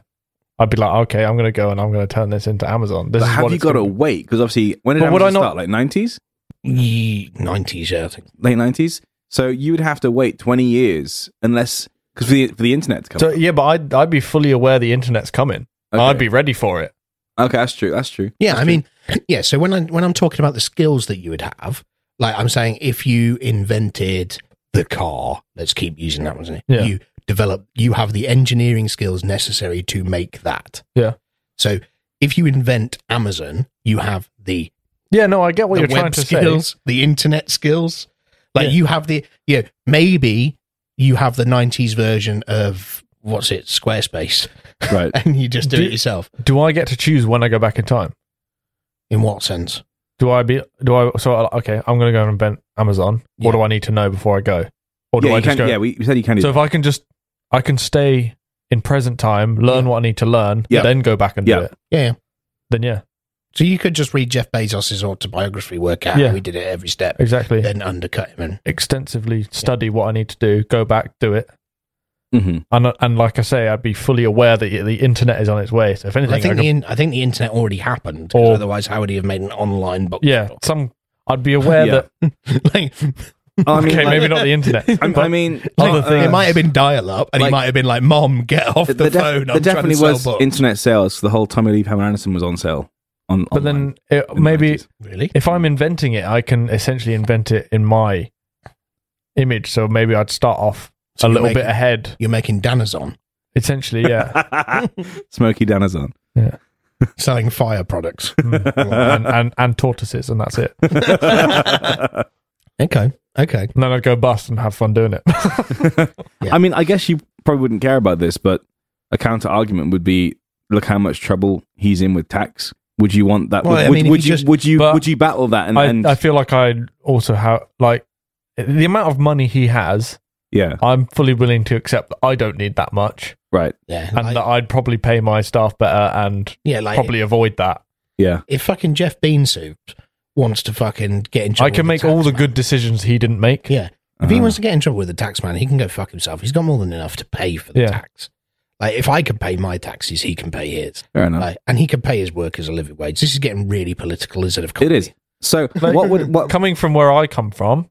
I'd be like, okay, I'm going to go and I'm going to turn this into Amazon. This
but
is
have
what
you
it's
got to
gonna-
wait? Because obviously, when did
But would
Amazon
I not-
start? Like nineties,
nineties, yeah, I think.
late nineties. So you would have to wait twenty years, unless because for the for the internet to come.
So
up.
yeah, but I'd I'd be fully aware the internet's coming.
Okay.
I'd be ready for it.
okay. That's true. That's true.
Yeah,
That's
I
true.
mean, yeah. So when I when I'm talking about the skills that you would have, like I'm saying, if you invented the car, let's keep using that one. isn't it?
Yeah.
You develop, you have the engineering skills necessary to make that.
Yeah.
So if you invent Amazon, you have the
Yeah, no, I get what
the
you're
web
trying to
skills, the internet skills. Like
Yeah.
you have the yeah, maybe you have the '90s version of what's it, Squarespace,
right.
and you just do,
Do-
it yourself.
say. Do I get to choose when I go back in time?
In what sense?
Do I be do I so I, okay? I'm going to go and invent Amazon. What
Yeah.
do I need to know before I go, or do
yeah,
I
you
just
can,
go?
yeah, we we said you can do.
so if I can just I can stay in present time, learn what I need to learn,
Yeah.
then go back and
Yeah.
do it.
Yeah.
Then yeah,
So you could just read Jeff Bezos' autobiography, work out
Yeah.
how he did it every step,
exactly.
then undercut him. And
Extensively study what I need to do, go back, do it,
hmm
And uh, and like I say, I'd be fully aware that the internet is on its way. So if anything,
I think
I
the
could-
in, I think the internet already happened. 'cause
Or-
otherwise, how would he have made an online book?
yeah, some I'd be aware
Yeah.
that
like,
I mean,
okay,
like-
maybe not the internet.
I, I
but-
mean,
like,
uh,
it might have been dial up, and he
like-
might have been like, "Mom, get off the,
there def-
phone."
there
I'm trying to
definitely
sell
was
books."
internet sales the whole Tommy Lee Pamela Anderson was on sale. On,
but
online
then it,
in the
maybe
90s.
really?
if I'm inventing it, I can essentially invent it in my image. So maybe I'd start off
So
a
you're
little
making-
bit ahead.
You're making Danazon,
Essentially, yeah.
Smokey Danazon.
selling fire products.
Hmm. and, and and tortoises, and that's it.
okay, okay.
And then I'd go bust and have fun doing it.
I mean, I guess you probably wouldn't care about this, but a counter argument would be: look how much trouble he's in with tax. Would you want that?
Well,
would,
I
would-
mean, if
would
you
you
just-
would you
but
would you battle that? And,
I,
and
I feel like I also have like the amount of money he has.
yeah,
I'm fully willing to accept that I don't need that much,
right,
Yeah,
and
like-
that I'd probably pay my staff better and
yeah. Like
probably avoid that.
yeah,
if fucking Jeff Beansoup wants to fucking get in trouble,
I
with
can make
the
all the
taxman-
good decisions he didn't make.
Yeah. If he
Uh-huh.
wants to get in trouble with the tax man, he can go fuck himself. He's got more than enough to pay for the
Yeah.
tax. Like if I can pay my taxes, he can pay his.
fair enough.
Like, and he can pay his workers a living wage. This is getting really political, isn't it? Of
It is. So
Like-
what would what?
Coming from where I come from,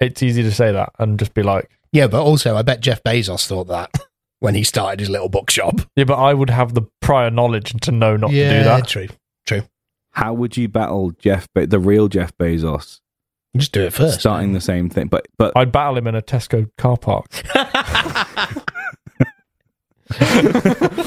it's easy to say that and just be like,
Yeah, but also I bet Jeff Bezos thought that when he started his little bookshop.
yeah, but I would have the prior knowledge to know not to do that.
True.
How would you battle Jeff, Be- the real Jeff Bezos,
Just do it first.
starting the same thing? But but
I'd battle him in a Tesco car park.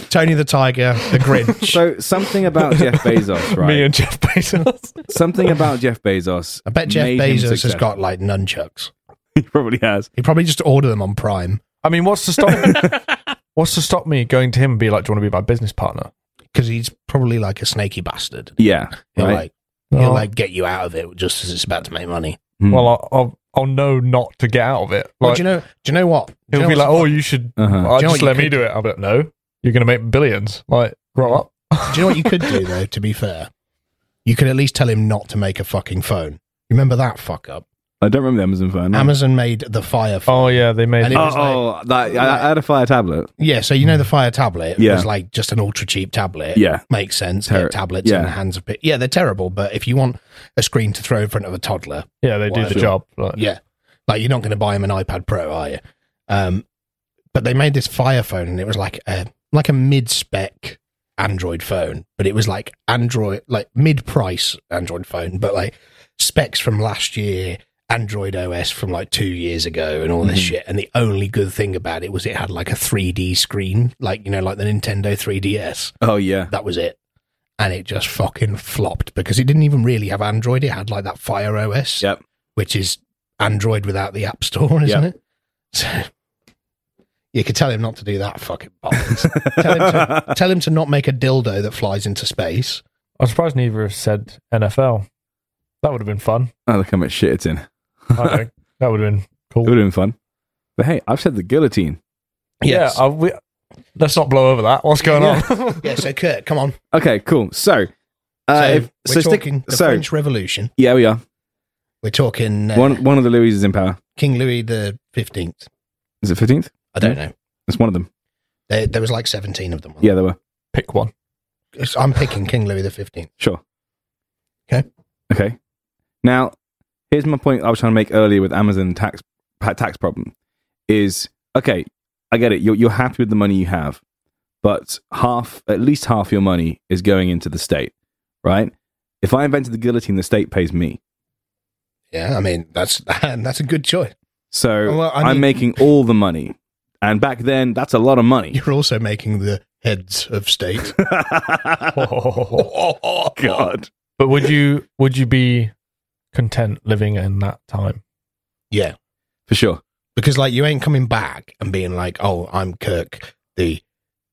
Tony the Tiger, the Grinch.
so something about Jeff Bezos, right?
Me and Jeff Bezos.
something about Jeff Bezos.
I bet Jeff
made him
Bezos has
successful.
got like nunchucks.
He probably has.
He probably just ordered them on Prime
I mean, what's to stop? what's to stop me going to him and be like, "Do you want to be my business partner?"
because he's probably like a snaky bastard.
Yeah.
He'll
Right.
like he'll
Oh,
like get you out of it just as it's about to make money.
Hmm.
well, I'll, I'll, I'll know not to get out of it.
Well,
Like,
do you know? Do you know what? Do
he'll
you know
be like,
what's-
"Oh, you should
Uh-huh.
Do
uh,
you know what
just
you
let me
could-
do it." I'll be like, "No, you're going to make billions. Like, grow up."
do you know what you could do though? To be fair, you could at least tell him not to make a fucking phone. Remember that fuck up?
I don't remember the Amazon phone. no.
Amazon made the Fire. Phone.
Oh yeah, they made.
And
it.
it-
Oh,
was
oh, that, I, I had a Fire tablet.
Yeah, so you know the Fire tablet
Yeah.
was like just an ultra cheap tablet.
Yeah.
makes sense.
Ter-
Get tablets in
yeah.
the hands of people. Yeah, they're terrible, but if you want a screen to throw in front of a toddler,
yeah, they do
Why?
the job. Like,
yeah, like you're not going to buy him an iPad Pro, are you? Um, but they made this Fire phone, and it was like a like a mid spec Android phone, but it was like Android like mid price Android phone, but like specs from last year. Android OS from like two years ago and all this
Mhm.
shit. And the only good thing about it was it had like a 3D screen, like, you know, like the Nintendo 3DS
Oh, yeah.
that was it. And it just fucking flopped because it didn't even really have Android. It had like that Fire OS,
Yep.
which is Android without the App Store, isn't it? So you could tell him not to do that fucking bollocks. tell, him to, tell him to not make a dildo that flies into space.
I'm surprised neither of us said NFL. That would have been fun.
Oh, look how much shit it's in. It
I think that would have been cool.
would have been fun. But hey, I've said the guillotine.
Yes.
Yeah, I, we, let's not blow over that. What's going on?
Yeah, so Kurt, come on.
Okay, cool. So, uh,
so
if, so
we're talking
stick,
the
so
French Revolution.
yeah, we are.
We're talking uh,
One one of the Louis is in power.
King Louis the Fifteenth.
Is it fifteenth?
I don't know.
It's one of them.
There, there was like seventeen of them.
Hmm. Yeah, they were.
Pick one.
It's- I'm picking King Louis the Fifteenth.
Sure.
Okay.
Okay. Now, here's my point I was trying to make earlier with Amazon tax pa- tax problem is okay, I get it. You're you're happy with the money you have, but half at least half your money is going into the state, right? If I invented the guillotine, the state pays me.
Yeah, I mean that's that's a good choice.
So
Well, I
I'm
mean-
making all the money. And back then, that's a lot of money.
You're also making the heads of state. oh,
God.
But would you would you be content living in that time?
yeah,
For sure.
because like you ain't coming back and being like, oh, I'm Kirk, the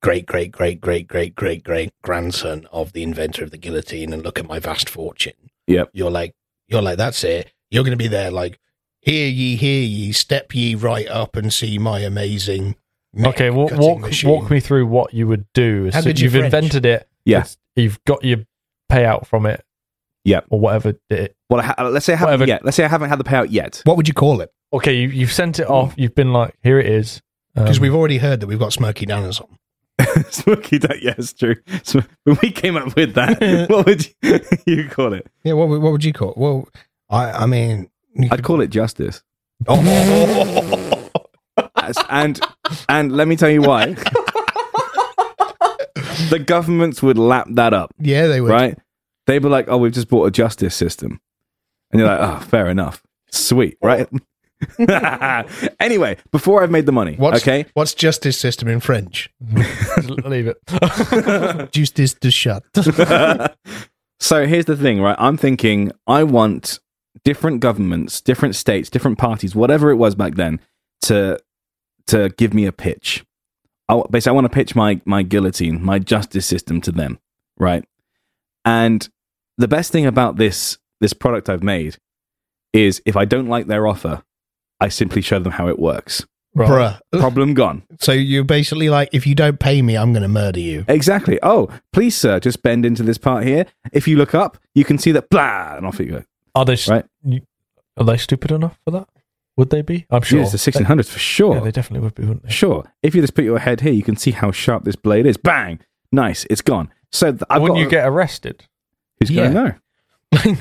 great, great, great, great, great, great, great grandson of the inventor of the guillotine, and look at my vast fortune.
Yep.
You're like, you're like, that's it. You're going to be there, like, hear ye, hear ye, step ye right up and see my amazing. neck
Okay, wa-
cutting
walk
machine.
walk me through what you would do.
How
So
good you
you've
French?
invented it.
Yeah.
It's- You've got your payout from it.
Yep.
Or whatever. It,
Well, I ha- let's say I
Whatever.
haven't yet. Let's say I haven't had the payout yet.
What would you call it?
okay, you, you've sent it off. You've been like, here it is.
because
Um,
Hmm. we've already heard that we've got smoky nanas on.
Smoky that yeah, it's true. So, when we came up with that, what would you, you call it?
Yeah, what, would- what would you call? It? Well, I I mean, you
I'd call it justice.
oh,
That's- and and let me tell you why. the governments would lap that up,
yeah, they would.
right? They'd be like, "Oh, we've just bought a justice system," and you're like, "Oh, fair enough, sweet, right?" anyway, before I've made the money,
What's,
okay?
What's justice system in French?
Um, leave it.
Justice de chat.
so here's the thing, right? I'm thinking I want different governments, different states, different parties, whatever it was back then, to to give me a pitch. I, wa- basically, I want to pitch my my guillotine, my justice system to them, right? And the best thing about this this product I've made is if I don't like their offer, I simply show them how it works.
Right.
Bruh.
Problem gone.
So you're basically like, if you don't pay me, I'm going to murder you.
Exactly. Oh, please, sir, just bend into this part here. If you look up, you can see that blah, and off you go.
Are they st-
Right.
you- are they stupid enough for that? Would they be? I'm sure.
Yeah, it's the 1600s for sure.
Yeah, they definitely would be, wouldn't they?
sure. If you just put your head here, you can see how sharp this blade is. Bang! Nice, it's gone. So th- I've
Wouldn't
got.
you get arrested?
who's going no?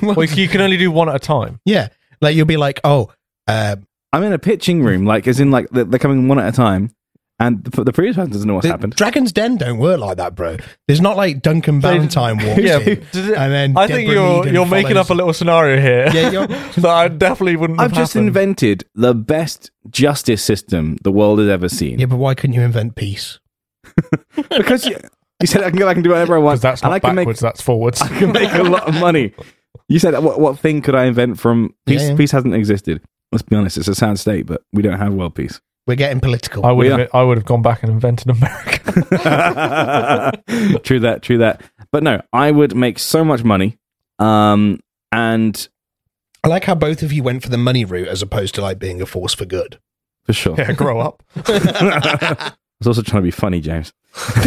Well, you can only do one at a time.
yeah, like you'll be like, oh, uh,
I'm in a pitching room, like as in like they're, they're coming one at a time, and the, the previous person doesn't know what's
the-
happened.
Dragon's Den don't work like that, bro. There's not like Duncan Valentine walks
Yeah,
in,
did it-
and then
I think
Deborah
you're
Needham
you're making
follows.
up a little scenario here.
Yeah, you're-
that I definitely wouldn't.
I've
have
just
happened.
invented the best justice system the world has ever seen.
Yeah, but why couldn't you invent peace?
Because you, you said I can go back and do whatever I want,
Because that's
and
not
I can make
backwards. that's forwards.
I can make a lot of money. You said, what, what thing could I invent from peace?
Yeah, yeah.
Peace hasn't existed. Let's be honest, it's a sad state, but we don't have world peace.
We're getting political.
I would
We
have, I would have gone back and invented America.
true that, true that. But no, I would make so much money. Um, and
I like how both of you went for the money route as opposed to like being a force for good.
for sure.
yeah, grow up.
I was also trying to be funny, James.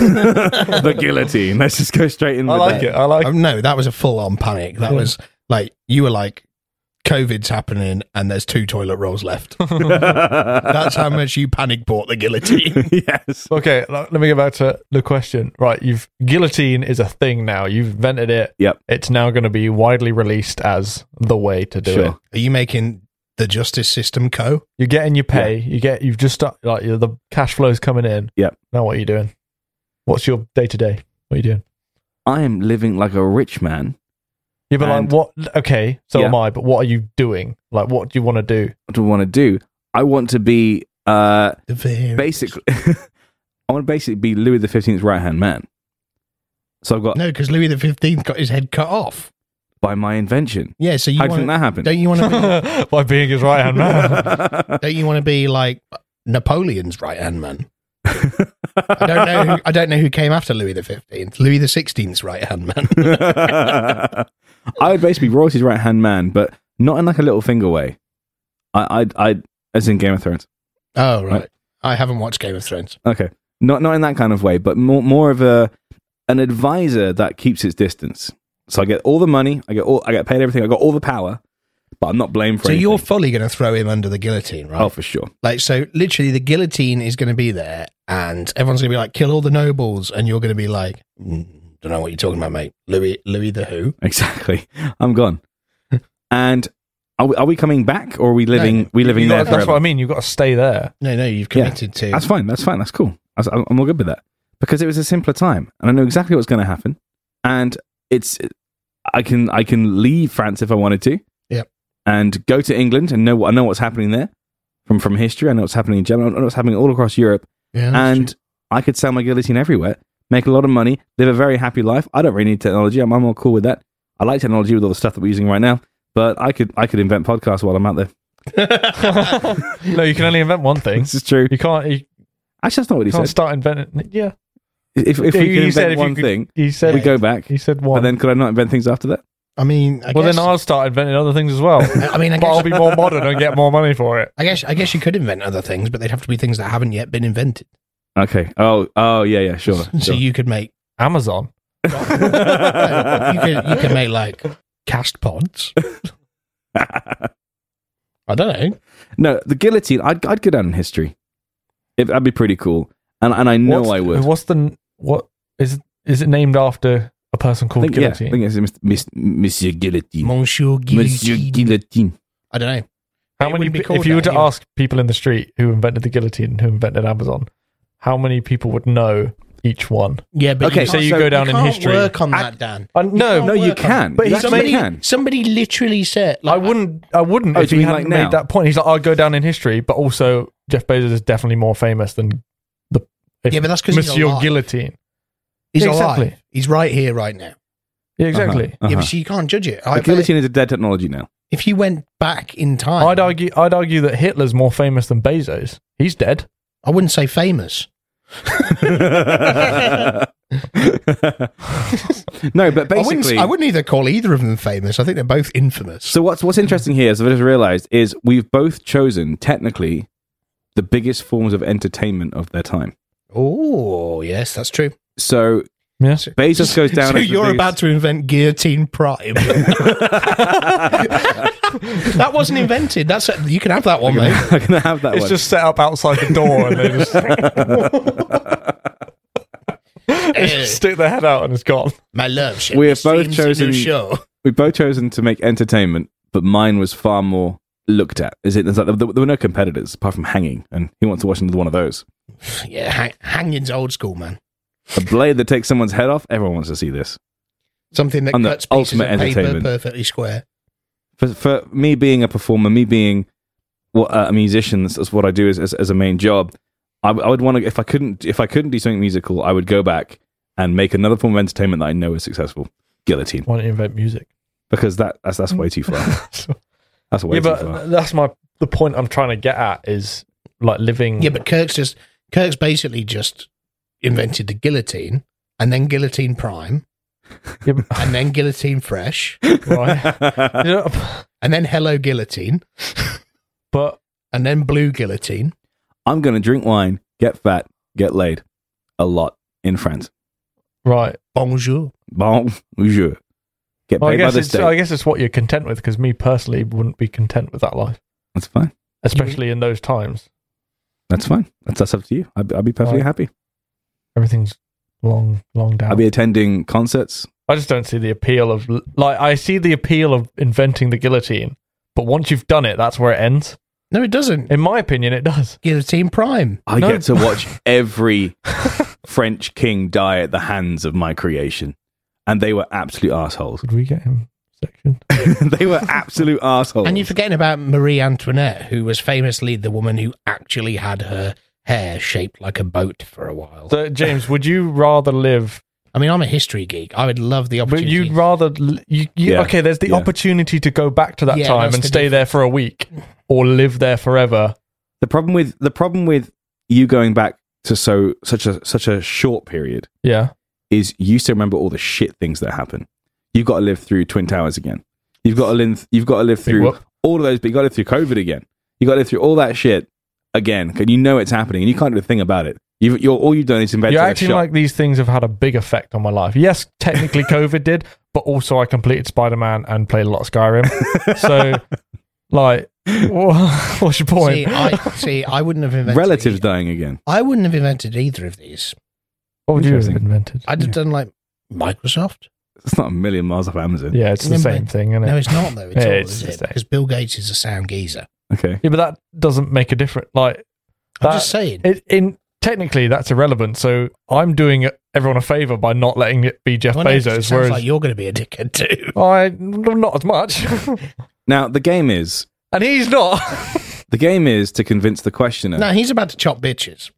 the guillotine. Let's just go straight in.
I
Mm, with
like
that.
it. I like.
Um, no, that was a full on panic. That
Yeah.
was like you were like, COVID's happening and there's two toilet rolls left. That's how much you panic bought the guillotine.
yes.
Okay, l- let me get back to the question. Right, you've guillotine is a thing now. You've invented it.
Yep.
It's now going to be widely released as the way to do it.
Sure.
Are you making the justice system co?
You're getting your pay. You get. You've just start, like you the cash flow's coming in.
Yep.
Now what are you doing? What's your day to day? What are you doing?
I am living like a rich man.
Yeah, but
And-
like what? Okay, so
Yeah.
am I. But what are you doing? Like, what do you want to do?
What do I want to do? I want to be uh,
The very-
basically, I want to basically be Louis the Fifteenth's right hand man. So I've got
No, because Louis the Fifteenth got his head cut off.
by my invention.
Yeah, so you
How do you
wanna,
think that happened?
don't you want to
By being his right hand man.
be, don't you want to be like Napoleon's right hand man? I don't know. Who, I don't know who came after Louis the Fifteenth. Louis the Sixteenth's right hand man.
I would basically be Royce's right hand man, but not in like a little finger way. I, I'd, I'd, as in Game of Thrones.
Oh right.
Right.
I haven't watched Game of Thrones.
Okay, not not in that kind of way, but more more of a an advisor that keeps its distance. So I get all the money, I get all, I get paid everything, I got all the power, but I'm not blamed for
So
anything.
you're fully going to throw him under the guillotine, right?
oh for sure.
Like so, literally, the guillotine is going to be there, and everyone's going to be like, "Kill all the nobles," and you're going to be like, mm, "Don't know what you're talking about, mate." Louis, Louis the Who?
Exactly. I'm gone. and are we, are we coming back or are we living we living
you
there
got-
forever?
That's what I mean. You've got to stay there.
No, no, you've
Yeah.
committed to.
That's fine. That's fine. That's cool. That's- I'm I'm all good with that because it was a simpler time, and I know exactly what's going to happen. And it's I can I can leave France if I wanted to.
Yep.
And go to England and know what I know what's happening there from from history. I know what's happening in Germany. I know what's happening all across Europe.
yeah, that's
and
true.
I could sell my guillotine everywhere, make a lot of money, live a very happy life. I don't really need technology. I'm, I'm all cool with that. I like technology with all the stuff that we're using right now. But I could I could invent podcasts while I'm out there.
no, you can only invent one thing.
This is true.
You can't. You
Actually, that's not what he
can't
said.
start inventing. Yeah.
If, if
Yeah,
we
you-
could
you
invent
said if you
one
could-
thing,
He said.
we go back.
He said
But
one.
then could I not invent things after that?
I mean, I
well,
guess,
then I'll start inventing other things as well.
I mean, I
but I'll
guess,
be more modern and get more money for it.
I guess, I guess you could invent other things, but they'd have to be things that haven't yet been invented.
Okay. Oh, oh yeah, yeah, sure.
So
sure.
you could make,
Amazon.
you could, you could make like cast pods. I don't know.
no, the guillotine. I'd I'd go down in history. If, that'd be pretty cool. And and I know
What's-
I would.
What's the what is is it named after a person
I
called
think, yeah, I
Guillotine?
think it's Mr. Mis- Monsieur Guillotine.
Monsieur
Monsieur
Guillotine.
Guillotine.
I don't know.
How
It
many?
wouldn't be
pe-
called
if you were
that
to
anyway.
ask people in the street who invented the guillotine and who invented Amazon, how many people would know each one?
Yeah, but
Okay,
you
so
can't-
you
go down in
can't
history.
Work on
I-
that, Dan.
Uh, no,
can't
No, you
work on
can.
But
you
he's
actually
somebody,
made-
can.
somebody literally said,
I
like,
wouldn't. I wouldn't
Oh,
if
do
he
you mean
hadn't
like now?
made that point. He's like, I'll go down in history, but also Jeff Bezos is definitely more famous than the if
Yeah, but that's 'cause he's
Monsieur
alive.
Guillotine.
He's
Exactly.
alive. He's right here, right now.
Yeah, exactly.
Uh-huh,
Yeah,
uh-huh.
but so you can't judge it.
The
I bet
guillotine is a dead technology now.
if you went back in time,
I'd argue. I'd argue that Hitler's more famous than Bezos. He's dead.
I wouldn't say famous.
no, but
I wouldn't,
basically,
I wouldn't either call either of them famous. I think they're both infamous.
so what's what's interesting here, as I've just realised, is we've both chosen technically the biggest forms of entertainment of their time.
oh, yes, that's true.
So
Yeah.
Bezos goes down.
so
as the
you're
biggest-
about to invent guillotine prime. that wasn't invented. That's a, you can have that one, mate.
I'm gonna have that
It's
one.
just set up outside the door, and they just, they just stick their head out, and it's gone.
My love, ship
We have
is
both
streams a new
chosen-
show.
We've both chosen to make entertainment, but mine was far more looked at. Is it? There's like, there, there were no competitors apart from hanging, and who wants to watch another one of those?
Yeah, hang, hanging's old school, man.
A blade that takes someone's head off. Everyone wants to see this.
Something that
And the
cuts pieces
ultimate
of paper
entertainment.
perfectly square.
for, for me being a performer, me being what uh, a musician, that's, that's what I do as, as, as a main job. I, w- I would want to if I couldn't if I couldn't do something musical, I would go back and make another form of entertainment that I know is successful, guillotine,
Why don't you invent music?
because that that's, that's way too far. That's way
yeah,
too
but
far.
that's my the point I'm trying to get at is like living.
Yeah, but Kirk's just Kirk's basically just invented the guillotine and then guillotine prime
Yeah, but-
and then guillotine fresh
right. You know,
and then hello guillotine
but
and then blue guillotine.
I'm gonna drink wine, get fat, get laid, a lot in France.
right,
Bonjour.
Bonjour. Get paid
Well, I
by
guess
this
it's
day.
I guess it's what you're content with because me personally wouldn't be content with that life,
That's fine.
especially in those times.
That's fine. That's that's up to you. I'd, I'd be perfectly
Right.
happy.
Everything's long, long down.
I'd be attending concerts.
I just don't see the appeal of like I see the appeal of inventing the guillotine, but once you've done it, that's where it ends.
No, it doesn't.
In my opinion, it does.
Guillotine prime.
I
No.
get to watch every French king die at the hands of my creation. And they were absolute assholes.
Could we get him section?
they were absolute assholes.
And you're forgetting about Marie Antoinette, who was famously the woman who actually had her hair shaped like a boat for a while.
So, James, would you rather live
I mean, I'm a history geek. I would love the
But
opportunity.
you'd rather l- you, you
Yeah,
okay? There's the
yeah.
opportunity to go back to that
Yeah,
time
that's
and
the
stay there for a week, or live there forever.
the problem with the problem with you going back to so such a such a short period
Yeah,
is you still remember all the shit things that happen. You've got to live through Twin Towers again. You've got to live you've got to live
Big
through
whoop.
all of those, but you gotta live through COVID again. You gotta live through all that shit again. 'cause you know it's happening and you can't do a thing about it. You've, you're all you've done is invent
you're
a
acting
shot.
like these things have had a big effect on my life. Yes, technically COVID did, but also I completed Spider Man and played a lot of Skyrim. so, like, wha- what's your point?
see, I, see, I wouldn't have invented.
relatives
e-
dying again.
I wouldn't have invented either of these.
what would you have
Interesting.
invented?
I'd have done like Microsoft.
It's not a million miles off Amazon.
yeah, it's the
No,
same
but-
thing, isn't it?
No, it's not though. It's
Yeah,
all,
it's
is
the
it?
same.
Because Bill Gates is a sound geezer.
Okay.
yeah, but that doesn't make a difference. Like,
I'm
That-
just saying.
it, in technically that's irrelevant. So I'm doing everyone a favor by not letting it be Jeff
Well, no, it
Bezos.
sounds
Whereas
like you're going to be a dickhead too.
I not as much,
Now the game is
and he's not.
the game is to convince the questioner.
No, he's about to chop bitches.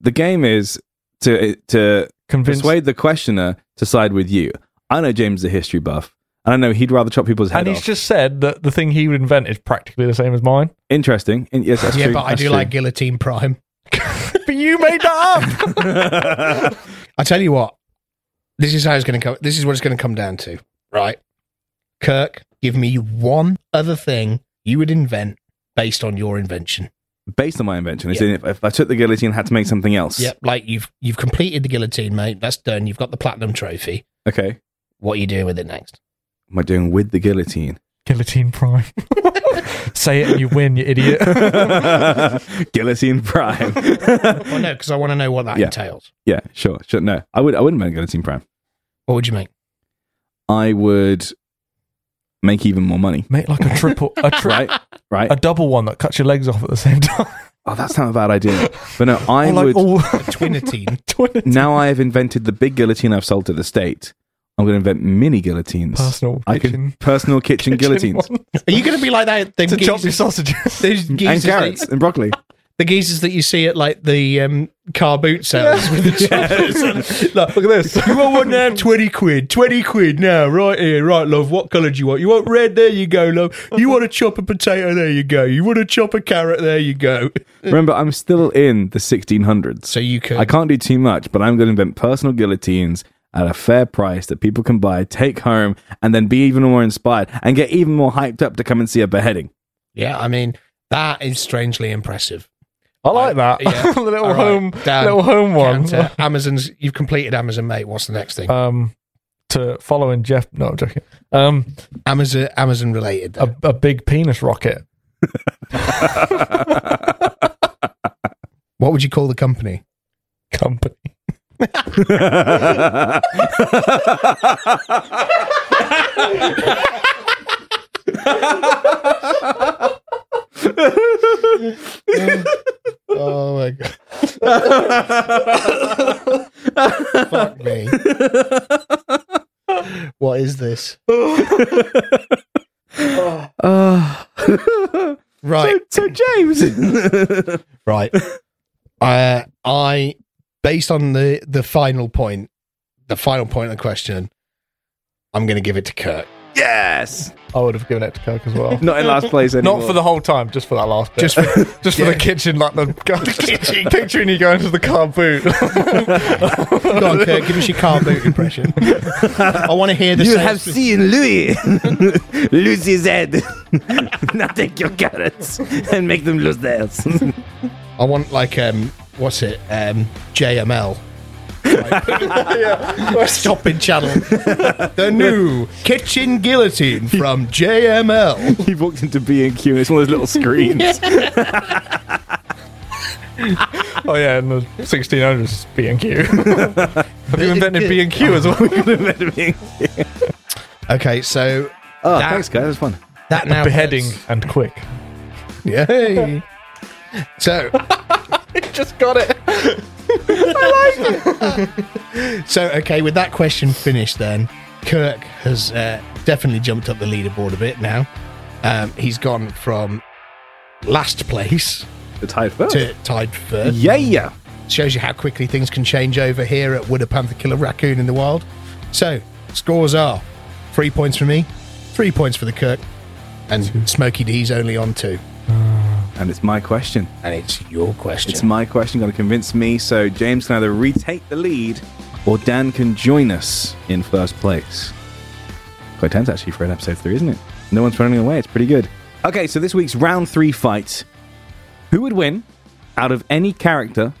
The game is to to
Convinced,
persuade the questioner to side with you. I know James is a history buff, and I know he'd rather chop people's
and
head
he's
off.
just said that the thing he would invent is practically the same as mine.
Interesting. In- yes, that's
yeah,
true.
but I
That's
do
true.
like Guillotine Prime.
but you made that up.
I tell you what, this is how it's going to come. This is what it's going to come down to, right? Kirk, give me one other thing you would invent based on your invention.
Based on my invention, is in if, if I took the guillotine and had to make something else.
Yep, like you've you've completed the guillotine, mate. That's done. You've got the platinum trophy.
Okay.
What are you doing with it next?
What am I doing with the guillotine?
Guillotine Prime. Say it and you win, you idiot.
Guillotine Prime.
Well, no, because I want to know what that
Yeah.
entails.
yeah, sure, sure. No, I would. I wouldn't make Guillotine Prime.
What would you make?
I would make even more money.
Make like a triple, a tri-
Right, right.
a double one that cuts your legs off at the same time.
Oh, that's not a bad idea. But no, I
Or like oh.
would.
all
Twinatine.
twin
now I have invented the big guillotine I've sold to the state. I'm going to invent mini guillotines.
personal
I
kitchen.
can personal kitchen,
kitchen
guillotines
one
Are you going to be like that? The
to chop your
geezers-
sausages.
those
and
geezers
carrots
that-
and broccoli.
the geezers that you see at like the um, car boot sales. with the sausages. Like,
Look at this.
You want one now? 20 quid. 20 quid now, right here. Right, love. What colour do you want? You want red? There you go, love. You want to chop a potato? There you go. You want to chop a carrot? There you go.
Remember, I'm still in the 1600s.
So you could.
I can't do too much, but I'm going to invent personal guillotines at a fair price that people can buy, take home, and then be even more inspired and get even more hyped up to come and see a beheading.
yeah, I mean, that is strangely impressive.
I like that.
Yeah.
the little
All right.
home,
Dan,
little home one.
Counter. uh, Amazon's. You've completed Amazon, mate. What's the next thing?
Um, to follow in Jeff. No, I'm joking. Um,
Amazon, Amazon related. though.
a, a big penis rocket.
what would you call the company?
company.
Oh my god! Fuck me. what is this?
Ah.
Right.
so, James.
Right. uh, I, based on the the final point, the final point of the question, I'm going to give it to Kirk.
yes.
I would have given it to Kirk as well.
Not in last place anymore.
Not for the whole time, just for that last bit.
Just
Just
for-
for, just for the kitchen, like the, kitchen. Picturing you going to the car boot.
Go on, Kirk. Give us your car boot impression. I want to hear the.
You
sales-
have seen Louis lose his head. now take your carrots and make them lose theirs.
I want like um, what's it? Um, JML. Stopping channel. the new kitchen guillotine from JML.
he walked into B and Q and it's one of those little screens.
oh yeah, in the 1600s, B and Q. Have you invented B and Q as well?
Okay, so
Oh,
That-
thanks, guys. That was fun.
that now
Beheading and quick.
Yay. So
Just got it.
So, okay, with that question finished, then Kirk has uh, definitely jumped up the leaderboard a bit now. Um, he's gone from last place
The tide first.
to tied for third.
Yeah, yeah.
Shows you how quickly things can change over here at Would a Panther Killer Raccoon in the Wild. So, scores are three points for me, three points for the Kirk, and Smokey D's only on two.
And it's my question.
And it's your question.
It's my question. Going to convince me. So James can either retake the lead, or Dan can join us in first place. Quite tense actually for an episode three, isn't it? No one's running away. It's pretty good. Okay, so this week's round three fight. Who would win out of any character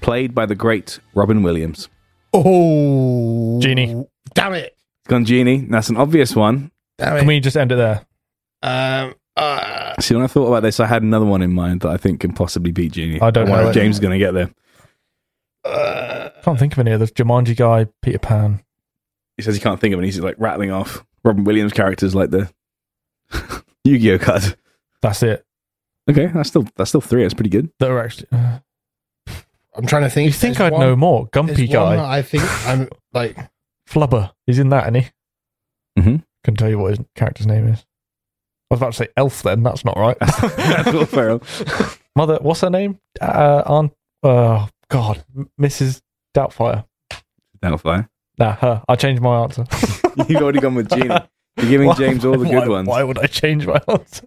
played by the great Robin Williams?
oh,
Genie.
Damn it.
It's gone Genie. That's an obvious one.
Damn it.
Can we just end it there?
um, uh,
See, when I thought about this, I had another one in mind that I think can possibly beat Genie.
I don't
wonder
know
if
it.
James is going to get there.
uh,
Can't think of any others. Jumanji guy, Peter Pan.
He says he can't think of it. He's like rattling off Robin Williams characters like the Yu-Gi-Oh card.
That's it.
Okay, that's still that's still three. That's pretty good.
That are actually. Uh,
I'm trying to think.
you think
There's
I'd
one-
know more?
there's
Gumpy
one
guy,
that I think I'm like
Flubber. He's in that, isn't he?
Mhm.
Couldn't tell you what his character's name is. I was about to say Elf. Then that's not right.
That's Will Ferrell.
Mother, what's her name? Uh, Aunt, oh God, M- Mrs. Doubtfire.
Doubtfire.
Nah, her. I changed my answer.
You've already gone with Genie. You're giving
Why-
James all the
why-
good ones.
Why would I change my answer?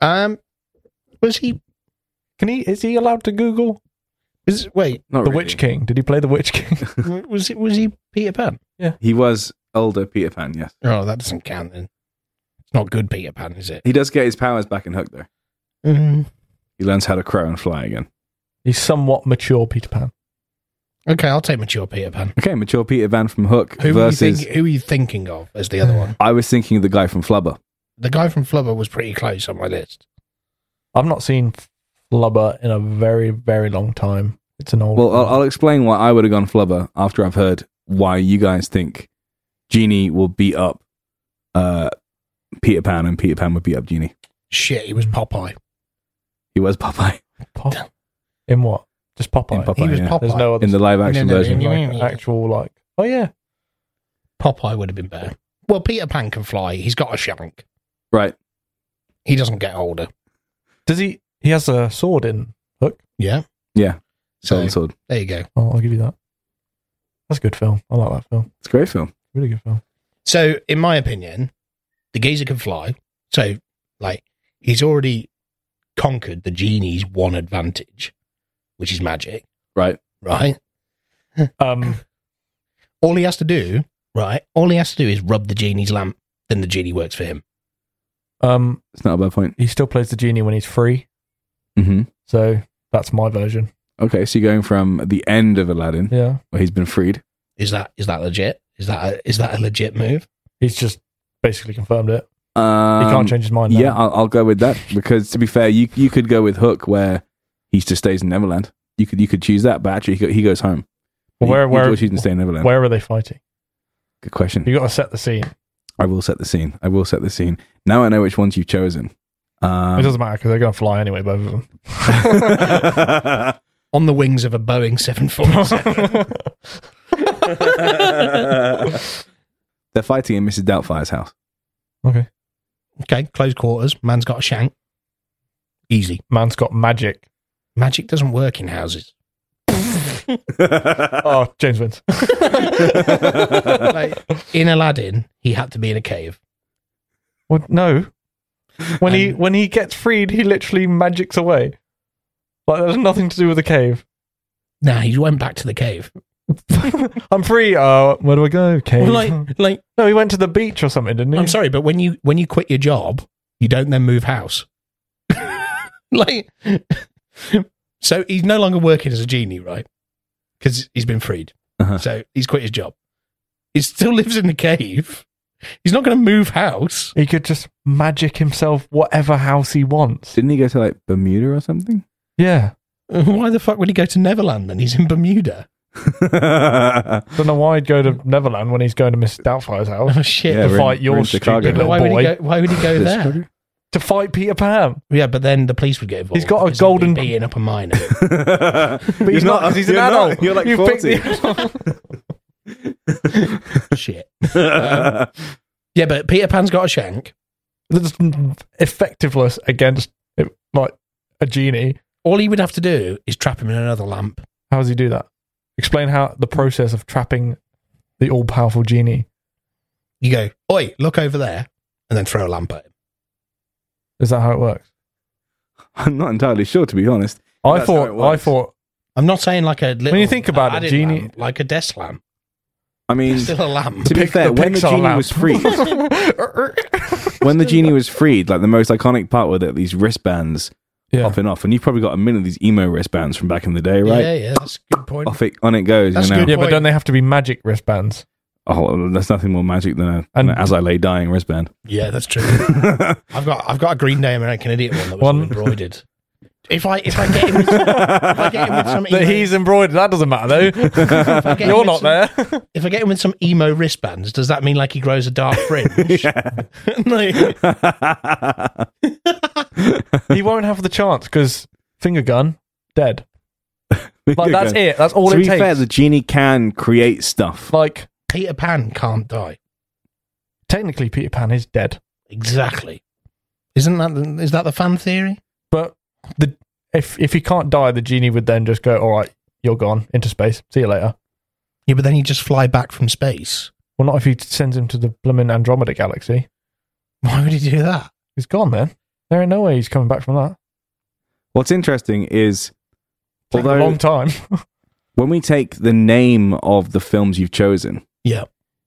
um was he
Can he? Is he allowed to Google
was wait
Not
the
really.
Witch King? Did he play the Witch King?
was it was he Peter Pan?
He was older Peter Pan. Yes,
Oh, that doesn't count then. It's not good Peter Pan, is it?
he does get his powers back in Hook though.
Mm,
He learns how to crow and fly again.
He's somewhat mature, Peter Pan.
okay, I'll take mature Peter Pan.
Okay, mature Peter Pan from Hook
Who
versus.
were you think, who are you thinking of as the other one?
I was thinking of the guy from Flubber.
the guy from Flubber was pretty close on my list.
I've not seen Flubber in a very, very long time. It's an old.
Well, I'll, I'll explain why I would have gone flubber after I've heard why you guys think Genie will beat up uh, Peter Pan and Peter Pan would beat up Genie.
Shit, he was Popeye.
He was Popeye
Pop- in what? Just Popeye.
in Popeye,
he was
yeah.
Popeye.
There's no other
in the live action
No, no, no,
version.
no.
like, actual like. Oh yeah,
Popeye would have been better. Well, Peter Pan can fly. He's got a shank.
Right.
He doesn't get older.
does he? He has a sword in Hook.
Yeah.
Yeah.
So
Golden Sword.
there you go.
Oh, I'll give you that. That's a good film. I like that film.
It's a great film.
Really good film.
So, in my opinion, the geezer can fly. So, like, he's already conquered the genie's one advantage, which is magic,
Right.
right?
Um,
All he has to do, right? All he has to do is rub the genie's lamp, then the genie works for him.
um,
It's not a bad point.
he still plays the genie when he's free.
hmm
So that's my version.
Okay, so you're going from the end of Aladdin,
Yeah,
where he's been freed.
Is that is that legit? Is that a, is that a legit move?
he's just basically confirmed it. He
Um,
can't change his mind. now.
Yeah, I'll, I'll go with that because to be fair, you you could go with Hook, where he just stays in Neverland. You could you could choose that, but actually he, go, he goes home.
Well,
He-
where
he's
where
always choosing to stay in Neverland.
where are they fighting?
Good question.
You got to set the scene.
I will set the scene. I will set the scene. Now I know which ones you've chosen.
it
Um,
doesn't matter because they're going to fly anyway, both of them.
On the wings of a Boeing 747.
They're fighting in Mrs. Doubtfire's house.
okay,
okay, close quarters. Man's got a shank. Easy.
man's got magic.
Magic doesn't work in houses.
Oh, James wins.
Like, in Aladdin, he had to be in a cave.
Well, no. When he
And-
when he gets freed, he literally magics away. Like that has nothing to do with the cave.
Nah, he went back to the cave.
I'm free. Uh, where do I go? Cave.
Well, like, like
no, he went to the beach or something, didn't he?
I'm sorry, but when you when you quit your job, you don't then move house. like, so he's no longer working as a genie, right? Because he's been freed,
Uh-huh.
so he's quit his job. He still lives in the cave. He's not going to move house.
He could just magic himself whatever house he wants.
Didn't he go to like Bermuda or something?
Yeah.
Why the fuck would he go to Neverland then? He's in Bermuda.
Don't know why he'd go to Neverland when he's going to Miss Doubtfire's house
Oh shit!
Yeah,
to
we're in-
fight
we're
your
in Chicago
stupid
now.
but
little
why would
boy.
he go? Why would he go
This
there?
country?
to fight Peter Pan.
Yeah, but then the police would get involved.
He's got a
because he'd be
golden-
beating up a minor.
but
But he's not because he's an adult.
you're like
You picked
40.
the-
shit. Yeah, but Peter Pan's got a shank.
that's effectiveness against like a genie.
All he would have to do is trap him in another lamp.
How does he do that? Explain how the process of trapping the all powerful genie.
You go, oi, look over there, and then throw a lamp at him.
Is that how it works?
I'm not entirely sure, to be honest.
I
That's how it
thought. I
works.
thought.
I'm not saying like a little.
When you think about it,
added
genie- Mm.
lamp, like a desk lamp,
I mean,
It's still a lamp.
to be
Pic-
fair,
the
when the
Pixar
genie
lamp.
was freed, when the genie was freed, like the most iconic part were that these wristbands
Yeah.
popping off, and you've probably got a million of these emo wristbands from back in the day, right?
Yeah, yeah, that's a good
Oh.
point.
Off it, on it goes.
That's
you know,
good.
Yeah, but don't they have to be magic wristbands?
oh, there's nothing more magic than a,
And-
an as I lay dying wristband.
Yeah, that's true.
That's
I've got I've got a Green Day American Idiot one that was
One-
all embroidered. If I if I get him with, if I get him with some emo,
That he's embroidered. That doesn't matter though.
Okay,
You're not
let's-
there.
if I get him with some emo wristbands, does that mean like he grows a dark fringe? Like,
he won't have the chance because finger gun dead. Like that's it. That's all
to
it
be
takes.
fair, the genie can create stuff.
like
Peter Pan can't die.
technically, Peter Pan is dead,
Exactly. Isn't that the, is that the fan theory?
but the if if he can't die, the genie would then just go. All right, you're gone into space. See you later.
Yeah, but then you just fly back from space.
Well, not if he sends him to the blooming Andromeda galaxy.
Why would he do that?
He's gone then. There ain't no way he's coming back from that.
What's interesting is,
Take a
although
long time.
when we take the name of the films you've chosen,
Yeah.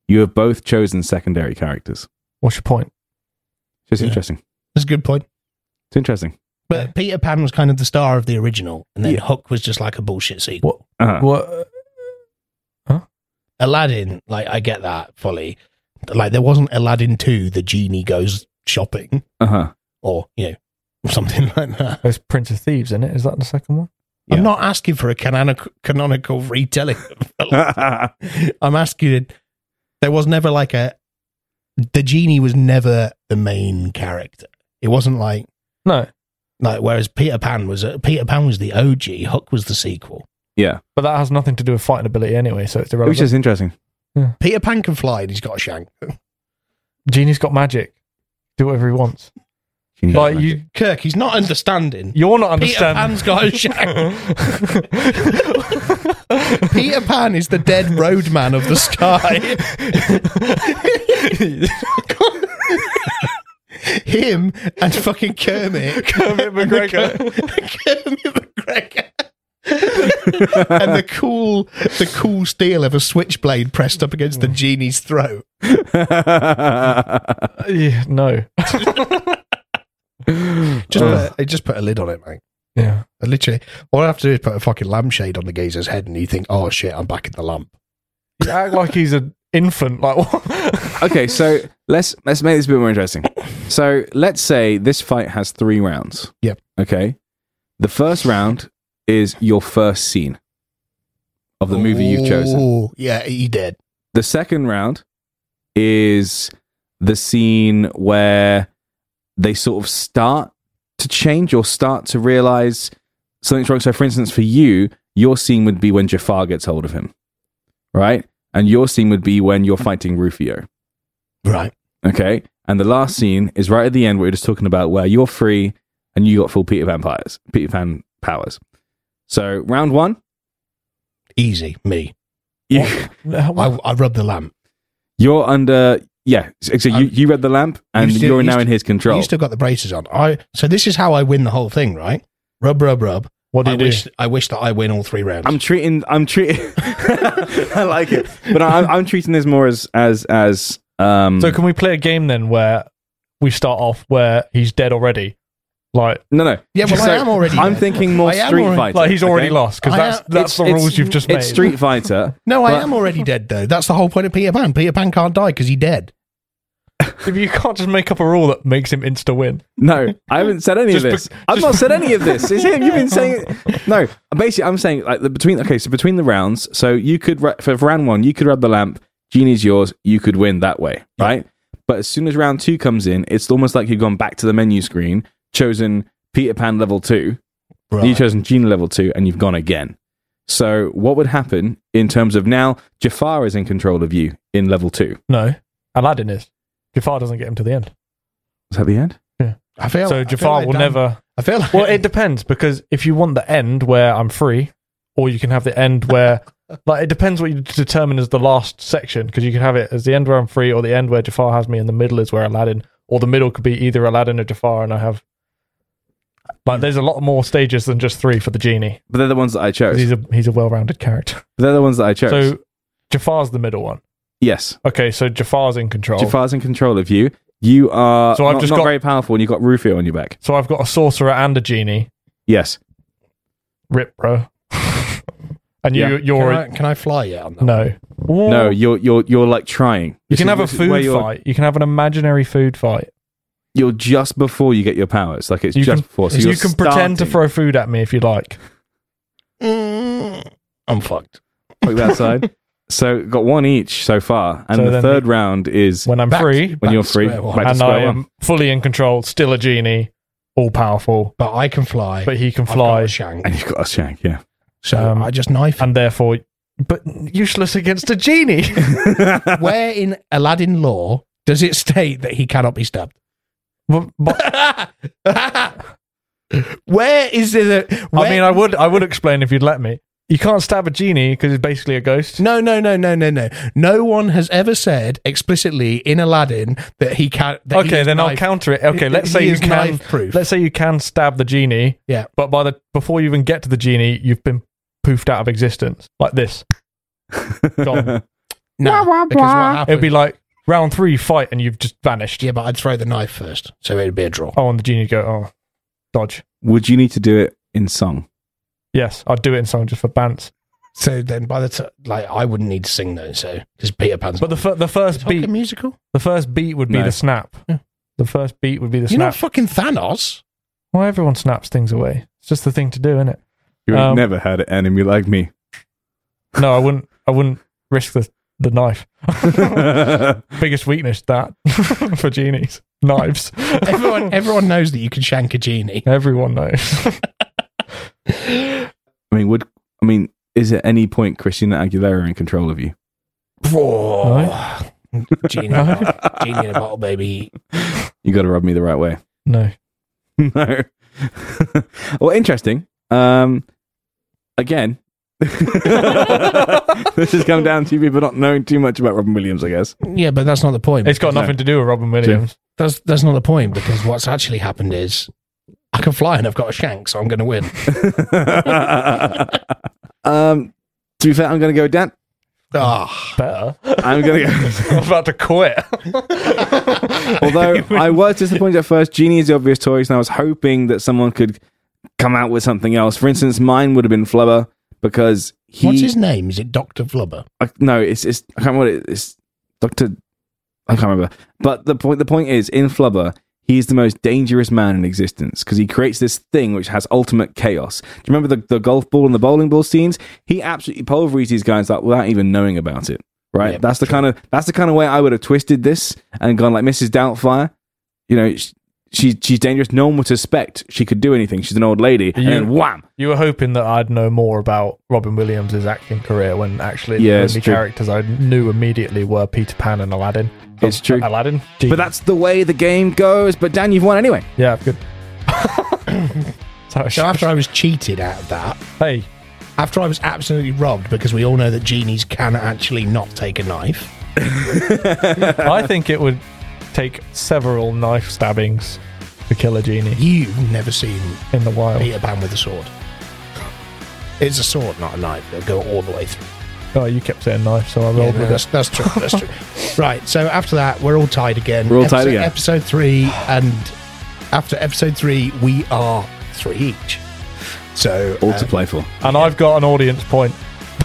you have both chosen secondary characters.
What's your point?
It's just
Yeah.
interesting.
That's a good point.
It's interesting.
But Peter Pan was kind of the star of the original, and then
Yeah.
Hook was just like a bullshit sequel.
What?
Uh-huh.
What?
Aladdin, like I get that fully. Like there wasn't Aladdin two, the genie goes shopping
Uh huh.
or you know something like that.
There's Prince of Thieves in it. Is that the second one?
I'm
Yeah.
not asking for a canonical, canonical retelling. I'm asking. There was never like a the genie was never the main character. It wasn't like
No,
like whereas Peter Pan was a, Peter Pan was the OG, Hook was the sequel.
yeah.
but that has nothing to do with fighting ability anyway. So it's
It was
irrelevant.
just interesting.
Peter Pan can fly and he's got a shank.
Genie's got magic. Do whatever he wants. like you,
Kirk, he's not understanding.
you're not
Peter Pan's
understanding.
got a shank. Peter Pan is the dead roadman of the sky. Him and fucking Kermit.
Kermit
And the
McGregor.
Ker- Kermit McGregor. and the cool, the cool steel of a switchblade pressed up against the genie's throat.
you.
Uh, Yeah, no.
Just
Ugh.
put, a- just put a lid on it, mate.
Yeah.
I literally, all I have to do is put a fucking lampshade on the geezer's head, and you think, "Oh shit, I'm back in the lamp."
You act like he's an infant. Like what?
okay, so let's let's make this a bit more interesting. So let's say this fight has three rounds.
Yep.
Okay. The first round is your first scene of the movie you've chosen.
Ooh, yeah, he did.
The second round is the scene where they sort of start to change or start to realize something's wrong. So, for instance, for you, your scene would be when Jafar gets hold of him, right? And your scene would be when you're fighting Rufio,
Right.
okay? And the last scene is right at the end where we're just talking about where you're free and you got full Peter Pan powers. Peter Pan powers. So, round one,
Easy, me.
you,
I,
No,
I rub the lamp.
you're under. Yeah, so so you,
Um,
you read the lamp and
you still-
you're
you
now
still-
in his control.
You still got the braces on. I so this is how I win the whole thing, right? Rub, rub, rub.
what do
I
you do?
wish I wish that I win all three rounds.
I'm treating. I'm treating. I like it, but I'm, I'm treating this more as as as. Um,
So can we play a game then where we start off where he's dead already? Like
no, no.
yeah, well,
So
I am already.
I'm
dead.
thinking more
I am
Street
already-
Fighter.
like he's already
okay?
lost because
I
that's
am-
that's the
It's-
rules
it's-
you've just made.
It's Street Fighter.
no, I
but-
am already dead though. That's the whole point of Peter Pan. Peter Pan can't die because he's dead.
If you can't just make up a rule that makes him insta win.
No, I haven't said any
Just
of
be-
this. I've
just
not
be-
said any of this. It's him. You've been saying no. Basically, I'm saying like the between. Okay, so between the rounds, so you could ra- for round one, you could rub the lamp. Genie's yours. You could win that way, right? But as soon as round two comes in, it's almost like you've gone back to the menu screen, chosen Peter Pan level two, You've chosen Genie level two, and you've gone again. So, what would happen in terms of now? Jafar is in control of you in level two.
No, Aladdin is. Jafar doesn't get him to the end,
Is that the end?
I feel I
so
feel
Jafar
like
will
Dan-
never.
I feel like
Well, it depends because if you want the end where I'm free, or you can have the end where, like, it depends what you determine as the last section because you can have it as the end where I'm free, or the end where Jafar has me, and the middle is where Aladdin, or the middle could be either Aladdin or Jafar, and I have.
Hmm.
Like, there's a lot more stages than just three for the genie.
But they're the ones that I
'cause
chose.
He's a he's a well-rounded character.
They're the ones that I chose.
So Jafar's the middle one.
yes,
Okay, so Jafar's in control.
Jafar's in control of you. You are
Oh. So I've
not,
just
not
got-
very powerful, and you've got Rufio on your back.
So I've got a sorcerer and a genie.
Yes.
Rip, bro. and you,
Yeah.
Can
you're
I, can I fly yet on that?
no,
No, you're you're you're like trying.
You can
See,
have a
this is where
food
you're-
fight. You can have an imaginary food fight.
You're just before you get your powers. Like it's
You
just
can-
before. So
you
you're
can pretend to
starting.
throw food at me if you like.
Mm, I'm fucked.
Look that side. So got one each so far, and
So
the
then-
third round is
When I'm
Back-
free
when
back
you're
to
free.
square one.
Back to
and
square
I
one.
am fully in control, still a genie, all powerful,
But I can fly.
but he can
I've got
fly,
a shank.
And you've got a shank, yeah.
So
Um,
I just knife.
and therefore, but useless against a genie.
Where in Aladdin law does it state that he cannot be stabbed?
But- but-
Where is it? a-
I
where-
mean, I would, I would explain if you'd let me. You can't stab a genie because he's basically a ghost.
no, no, no, no, no, no. No one has ever said explicitly in Aladdin that he can't. That he
okay,
is
then I'll
knife-
counter it. Okay,
he-
let's
he
say you
is
can.
knife-proof.
Let's say you can stab the genie.
Yeah.
But by the before you even get to the genie, you've been poofed out of existence like this. Gone.
No, because what happened?
It'd be like round three fight, and you've just vanished.
yeah, but I'd throw the knife first, so it'd be a draw.
Oh, and the genie go, oh, dodge.
Would you need to do it in song?
Yes, I'd do it in song just for bants.
So then, by the time, like, I wouldn't need to sing though, so because Peter Pan's
But the fir- the first
Is Hook a
beat,
musical.
the first beat would be
No.
the snap. The first beat would be the
You're
snap.
not fucking Thanos.
Why everyone snaps things away? It's just the thing to do, isn't it?
You ain't
Um,
never had an enemy like me.
No, I wouldn't. I wouldn't risk the the knife. Biggest weakness that for genies, knives.
Everyone, everyone knows that you can shank a genie.
everyone knows.
I mean, would I mean? Is at any point Christina Aguilera in control of you?
Right. Genie, in a
No.
bottle. genie in a bottle, baby.
You got to rub me the right way.
no,
no. well, interesting. Um, again, this has come down to people not knowing too much about Robin Williams, I guess.
Yeah, but that's not the point.
it's got nothing to do with Robin Williams.
That's that's not the point because what's actually happened is I can fly and I've got a shank, so I'm going to win.
um, to be fair, I'm going to go with Dan.
Ah,
Better.
I'm going to go.
I'm about to quit.
Although I was disappointed at first, Genie is the obvious choice, and I was hoping that someone could come out with something else. For instance, mine would have been Flubber because he.
what's his name? Is it Doctor Flubber?
I- no, it's it's I can't remember. What it, it's Doctor. I can't remember. But the point the point is in Flubber, he's the most dangerous man in existence because he creates this thing which has ultimate chaos. Do you remember the, the golf ball and the bowling ball scenes? He absolutely pulverizes these guys like without even knowing about it. Right?
Yeah,
that's the kind of that's the kind of way I would have twisted this and gone like Mrs. Doubtfire. You know. She, she, she's dangerous. No one would suspect she could do anything. She's an old lady. And
You-
then wham!
you were hoping that I'd know more about Robin Williams' acting career when actually
Yeah,
the
it's
only
true.
characters I knew immediately were Peter Pan and Aladdin.
It's true.
Aladdin.
But that's the way the game goes. But Dan, you've won anyway.
yeah, good. Sorry.
So after I was cheated out of that,
Hey,
after I was absolutely robbed because we all know that genies can actually not take a knife.
I think it would take several knife stabbings to kill a genie
You've never seen
in the wild.
Peter Pan with a sword. It's a sword, not a knife. It'll go all the way through.
Oh, you kept saying knife, so I
Yeah,
rolled
no,
with
that's,
it.
that's true. That's true. right. So after that, we're all tied again.
We're all
episode,
tied again.
Episode three, and after episode three, we are three each. So
All
uh,
to play for.
And I've got an audience point.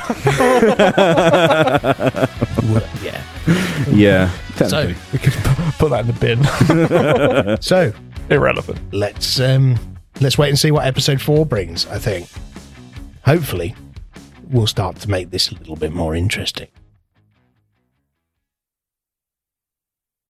we're- yeah.
Yeah.
So
technically.
We could put that in the bin.
so
Irrelevant.
let's um let's wait and see what episode four brings. I think. Hopefully, we'll start to make this a little bit more interesting.